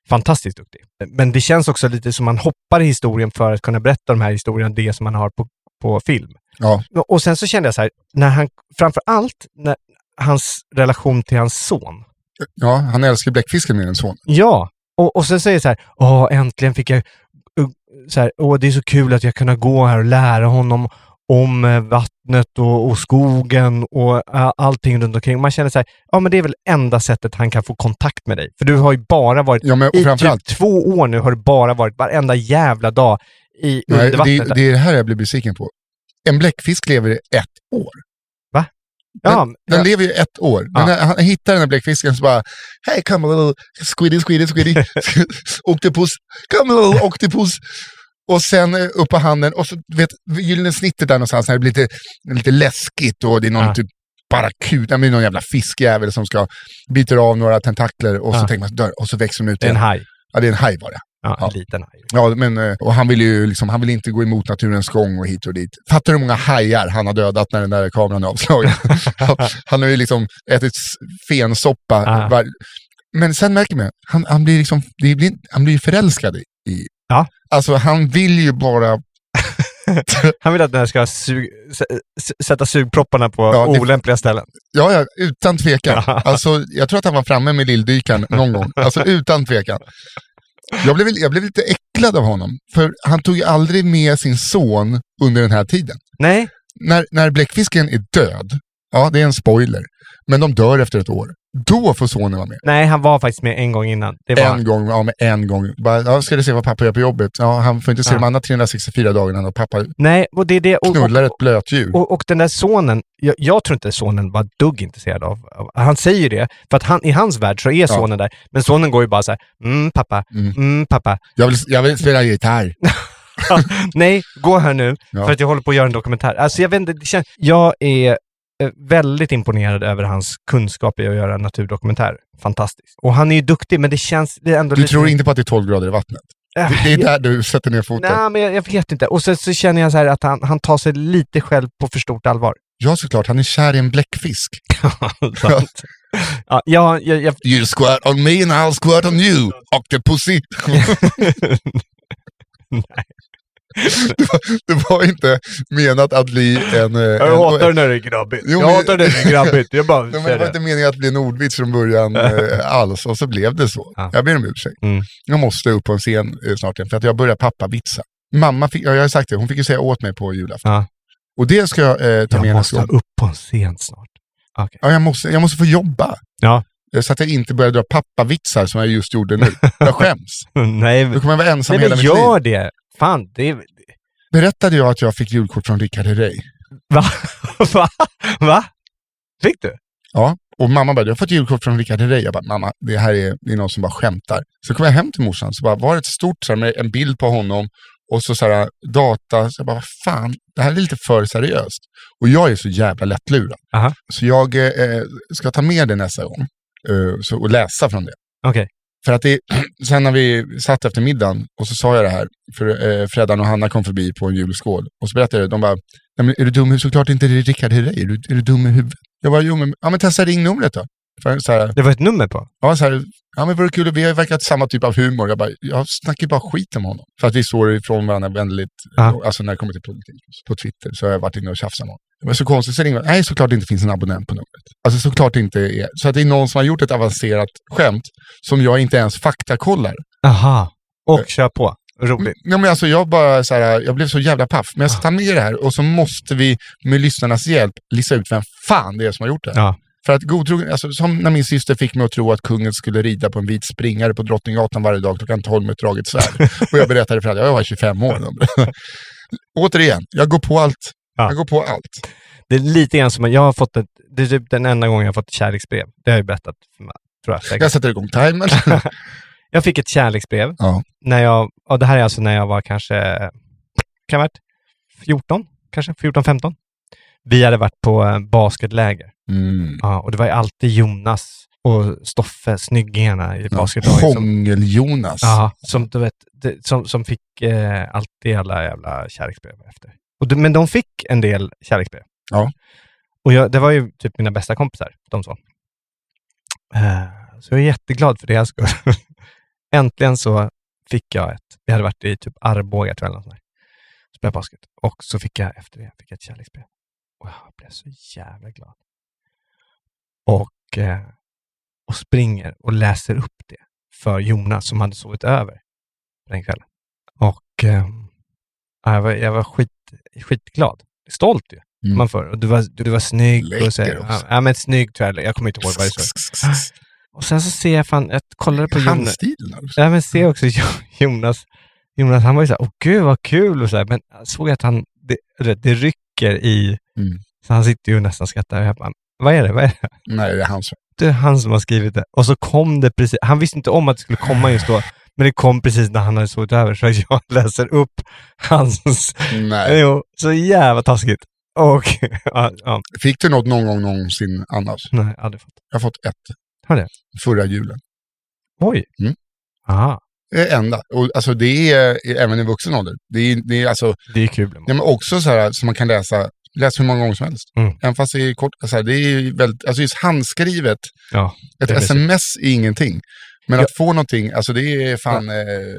Fantastiskt duktig. Men det känns också lite som man hoppar i historien för att kunna berätta de här historierna, det som man har på, på film.
Ja.
Och sen så kände jag så här, när han, framför allt när hans relation till hans son.
ja, han älskar bläckfisken mer än son.
Ja, och, och sen säger så här, åh äntligen fick jag, uh, så här, åh det är så kul att jag kunde gå här och lära honom om eh, vattnet och, och skogen och eh, allting runt omkring. Man känner så här, ja men det är väl enda sättet han kan få kontakt med dig. För du har ju bara varit,
Ja, men och
i
framförallt,
typ två år nu har du bara varit varenda jävla dag i
nej,
under vattnet.
det, det är det här jag blir besviken på. En bläckfisk lever i ett år.
ja,
Den
ja,
lever ju ett år. Men
Ja.
när han hittar den här bläckfisken så bara, hey come a little squiddy, squiddy,
[laughs]
squiddy, octopus, come a little octopus. Och sen eh, upp på handen och så vet gyllene snittet där någonstans när det blir lite, lite läskigt och det är någon
Ja.
typ barracuda, men det är någon jävla fiskjävel som ska bita av några tentakler och så
Ja.
tänker man att dör och så växer de ut
Det är en
igen.
haj.
Ja, det är en haj var det.
Ja,
Ja.
en liten haj.
Ja, men, eh, och han vill ju liksom, han vill inte gå emot naturens gång och hit och dit. Fattar du hur många hajar han har dödat när den där kameran är avslagen? Han- han har ju liksom ätit s- fensoppa.
Ah.
var- Men sen märker man, han, han blir liksom, det blir, han blir förälskad i- i...
Ja.
Alltså han vill ju bara...
Han vill att den här ska sug, s- s- sätta sugpropparna på
Ja, det-
olämpliga ställen.
Ja, ja, utan tvekan. Alltså, jag tror att han var framme med lilldykaren någon gång. Alltså utan tvekan. Jag blev, jag blev lite äcklad av honom, för han tog ju aldrig med sin son under den här tiden.
Nej,
när, när bläckfisken är död, ja det är en spoiler, men de dör efter ett år. Då får sonen vara med.
nej, han var faktiskt med en gång innan. Det var
en
han.
gång, ja men en gång. Bara, ja, ska du se vad pappa gör på jobbet? Ja, han får inte se
Ja.
de andra 364 dagarna och pappa
Nej, och det är det. Och,
knullar
och,
ett blötdjur.
och, och den där sonen, jag, jag tror inte sonen var dugg intresserad av, av han säger ju det, för att han, i hans värld så är sonen där, men sonen går ju bara så här, mm pappa, mm, pappa, [laughs]
Jag, vill, jag vill spela gitarr.
nej, gå här nu,
Ja.
för att jag håller på att göra en dokumentär. Alltså jag vet inte, det känns, jag är eh, väldigt imponerad över hans kunskap i att göra en naturdokumentär. Fantastiskt. Och han är ju duktig, men det känns det är ändå
Du
lite...
tror inte på att det är 12 grader i vattnet?
Äh,
Det, det är
jag-
där du sätter ner foten?
Nej, men jag, jag vet inte. Och sen så känner jag så här att han, han tar sig lite själv på för stort allvar. [laughs]
Ja, såklart. Han är kär i en bläckfisk.
Sant. ja, jag, jag, [laughs] jag,
You squirt on me and I'll squirt on you,
[laughs]
octopussy. Det var, det var inte menat att bli en... eh, en-
när det är grabbigt.
Jo, men-
Jag [laughs] bara
Nej, men det var inte meningen att bli en ordvits från
[laughs]
början eh, alls, och så blev det så.
Ja.
Jag ber om ursäkt.
Mm.
Jag måste upp på en scen eh, snart igen, för att jag börjar pappavitsa. Mamma fick, ja, jag har sagt det, hon fick ju säga åt mig på julafton.
Ja.
Och det ska jag eh, ta med
Jag
nästa
måste
gång.
upp på en scen snart. Okej.
Ja, jag, måste, jag måste få jobba.
Ja.
Eh, Så att jag inte börjar dra pappavitsar som jag just gjorde
[laughs]
nu. Jag skäms.
[laughs] Nej,
Då
men,
kommer jag vara ensam
nej,
hela
men
mitt liv.
gör det! Fan, det är...
Berättade jag att jag fick julkort från Rickard Herrey?
Va? [laughs] Va? Va? Fick du?
Ja, och mamma bara, du har fått julkort från Rickard Herrey. Jag bara, mamma, det här är, det är någon som bara skämtar. Så kom jag hem till morsan, så bara, var det ett stort så här, med en bild på honom och så, så här, data. Så jag bara, vad fan, det här är lite för seriöst. Och jag är så jävla lättlurad.
Aha.
Så jag eh, ska ta med det nästa gång eh, så, och läsa från det.
Okej.
För att det, [clears throat] sen när vi satt efter middagen och så sa jag det här, för eh, Freddan och Hanna kom förbi på en julskål och så berättade jag det, de bara, Nej, men är du dum i huvudet? Såklart inte det är Rickard Herrey, är du, är du dum i huvudet? Jag bara, jo men, ja men testa ringnumret då. För så här,
Det var ett nummer på?
ja, så här, ja men vore kul, vi har verkat samma typ av humor. Jag bara, jag snackar ju bara skit om honom. För att vi står ifrån varandra vänligt,
Ja.
alltså när det kommer till politik. På Twitter så har jag varit inne och tjafsat med honom. Men så konstigt, så ringer jag, nej såklart det inte finns en abonnent på numret. Alltså såklart det inte är, så att det är någon som har gjort ett avancerat skämt som jag inte ens faktakollar.
Aha. Och kör på. Roligt.
Ja, men alltså jag, bara, så här, jag blev så jävla paff. Men jag ska ta med det här och så måste vi med lyssnarnas hjälp lista ut vem fan det är som har gjort det. här.
Ja.
För att godtrogen, alltså, som när min syster fick mig att tro att kungen skulle rida på en vit springare på Drottninggatan varje dag klockan 12 med ett draget svärd. och jag berättade för henne, jag var 25 år. [laughs] Återigen, jag går på allt.
Ja.
Jag går på allt.
Det är lite grann som att jag har fått ett, det är typ den enda gången jag har fått ett kärleksbrev. Det har jag ju berättat för mig, tror jag
Jag
säkert.
sätter igång timern.
[laughs] Jag fick ett kärleksbrev
ja.
när jag, och det här är alltså när jag var kanske, kan jag ha varit 14, kanske 14, 15. Vi hade varit på eh, basketläger.
mm.
Ja, och det var ju alltid Jonas och Stoffe, snyggingarna i basketlaget. som-
Hångel-Jonas.
Ja, som, du vet, det, som, som fick eh, alltid alla jävla kärleksbrev efter. Och de, men de fick en del kärleksbrev.
Ja.
Och jag, det var ju typ mina bästa kompisar, de så. Eh, så jag är jätteglad för deras skull. [laughs] Äntligen så fick jag ett. Vi hade varit i typ Arboga, tror jag, eller något sånt där. Spelade basket. Och så fick jag efter det fick jag ett kärleksbrev. Och jag blev så jävla glad. Och, eh, och springer och läser upp det för Jonas som hade sovit över den kvällen. Och eh, ja, jag var, jag var skit, skitglad. Stolt ju.
Mm.
Man får, och du, var, du, du var snygg. Och så,
Läcker
ja,
också.
ja, men snygg tror jag. Jag kommer inte ihåg vad det
[laughs]
var. Och sen så ser jag fan, jag kollade på Jonas.
Handstilen också.
Ja, men se också Jo- Jonas. Jonas, han var ju så här, åh gud vad kul och så här, men jag såg att han, det, du vet, det rycker i,
Mm.
så han sitter ju och nästan skrattar. Jag bara, vad är det? Vad är det?
Nej, det är hans
Det är han som har skrivit det. Och så kom det precis, han visste inte om att det skulle komma just då, men det kom precis när han hade [laughs] sovit över, så jag läser upp hans,
Nej.
jo, så jävla taskigt. Och, [laughs] ja, ja,
Fick du något någon gång någonsin annars?
nej, aldrig fått.
Jag har fått ett
Har det?
förra julen.
Oj.
Mm.
Aha,
Det är enda. Och, alltså, det är även i vuxen ålder. Det är, det är alltså,
det är kul.
ja, men också så här som man kan läsa, läsa hur många gånger som helst.
Mm.
Även fast det är kort, så här, det är ju väldigt, alltså just handskrivet,
Ja,
ett
det är mysigt.
sms är ingenting. Men
Ja.
att få någonting, alltså det är fan... Eh,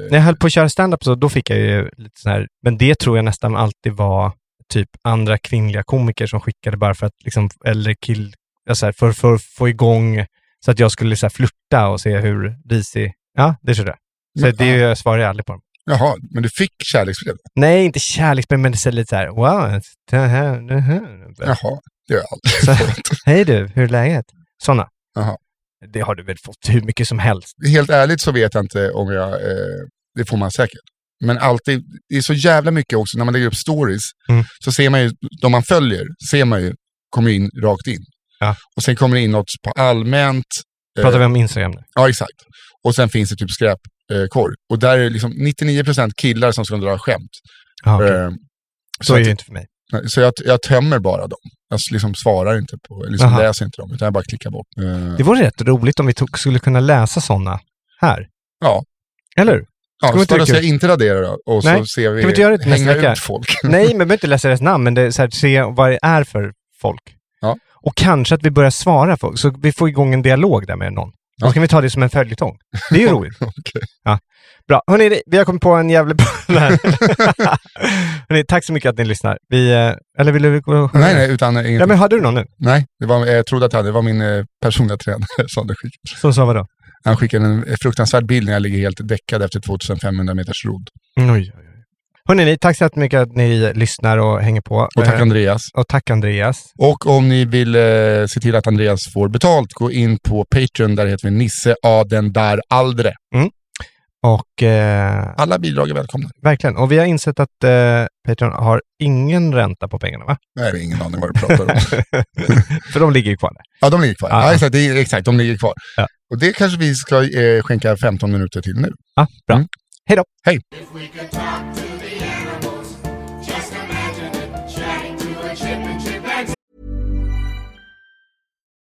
När jag höll på att köra stand-up så då fick jag ju lite sån här, men det tror jag nästan alltid var typ andra kvinnliga komiker som skickade bara för att liksom, eller kill, alltså här, för, för att få igång, så att jag skulle så här, flirta och se hur risig, ja det tror jag. Så
Men-
det är ju- jag svarar jag aldrig på dem.
jaha, men du fick kärleksbrev?
Nej, inte kärleksbrev, men det är lite så här, wow, det här, det här.
Jaha, det har jag aldrig
Så-
fått.
Hej du, hur är läget? Sådana.
Jaha.
Det har du väl fått hur mycket som helst.
[laughs] Helt ärligt så vet jag inte om jag, eh, det får man säkert. Men alltid, det är så jävla mycket också när man lägger upp stories,
Mm.
så ser man ju, de man följer, ser man ju, kommer in rakt in.
Ja.
Och sen kommer det in något på allmänt,
Pratar vi om Instagram nu?
ja exakt. Och sen finns det typ skräpkorg. Eh, korg. och där är det liksom 99% killar som ska dra skämt.
Ja, okej.
Eh,
Så
att-
är det ju inte för mig.
Nej, Så jag, jag tömmer bara dem. Jag liksom svarar inte på, eller liksom
Aha.
läser inte dem, utan jag bara klickar bort. Eh,
Det vore rätt roligt om vi tog, skulle kunna läsa sådana här.
Ja.
Eller hur?
ja,
ska vi
så
inte
bara
göra
så
kul?
jag inte raderar då, och
Nej,
så ser vi,
kan vi inte göra det till nästa
hänga
vecka?
ut folk.
[laughs] Nej, men vi behöver inte läsa deras namn, men det är så här, se vad det är för folk.
Ja.
Och kanske att vi börjar svara folk, så vi får igång en dialog där med någon. Och
Ja.
så kan vi ta det som en följetong. Det
[laughs]
är ju roligt.
[laughs] Okej.
Bra. Hörrni, vi har kommit på en jävligt bra... [laughs]
[laughs]
Nej. Hörrni, tack så mycket att ni lyssnar. Vi, eh, eller vill du gå och sjunga?
Nej, nej, utan ingenting.
Ja, men hade du någon nu?
Nej, det var, jag trodde att jag hade, det var min eh, personliga tränare som hade skickat.
Som sa vadå?
Han skickade en fruktansvärd bild när jag ligger helt däckad efter 2500 meters rodd.
Oj, Mm, oj, oj. Hörrni, tack så jättemycket att ni lyssnar och hänger på.
Och tack
Eh,
Andreas.
och tack Andreas.
Och om ni vill eh, se till att Andreas får betalt, gå in på Patreon, där heter vi Nisse A. Den Där Aldre.
Och eh,
Alla bidrag är välkomna.
verkligen. Och vi har insett att eh, Patreon har ingen ränta på pengarna, va? [laughs]
Nej, det är ingen aning vad du pratar om. [laughs]
För de ligger ju kvar där.
Ja, de ligger kvar.
Ja.
Ja, exakt, det är, exakt, de ligger kvar.
Ja.
Och det kanske vi ska eh, skänka 15 minuter till nu.
Ja, Ah, bra.
Mm.
Hej då!
Hej!
If we could talk to the animals, just imagine it chatting to a chip and chimpanzee.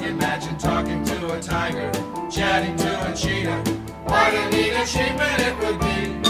Imagine talking to a tiger, chatting to a cheetah. What a neat achievement it would be.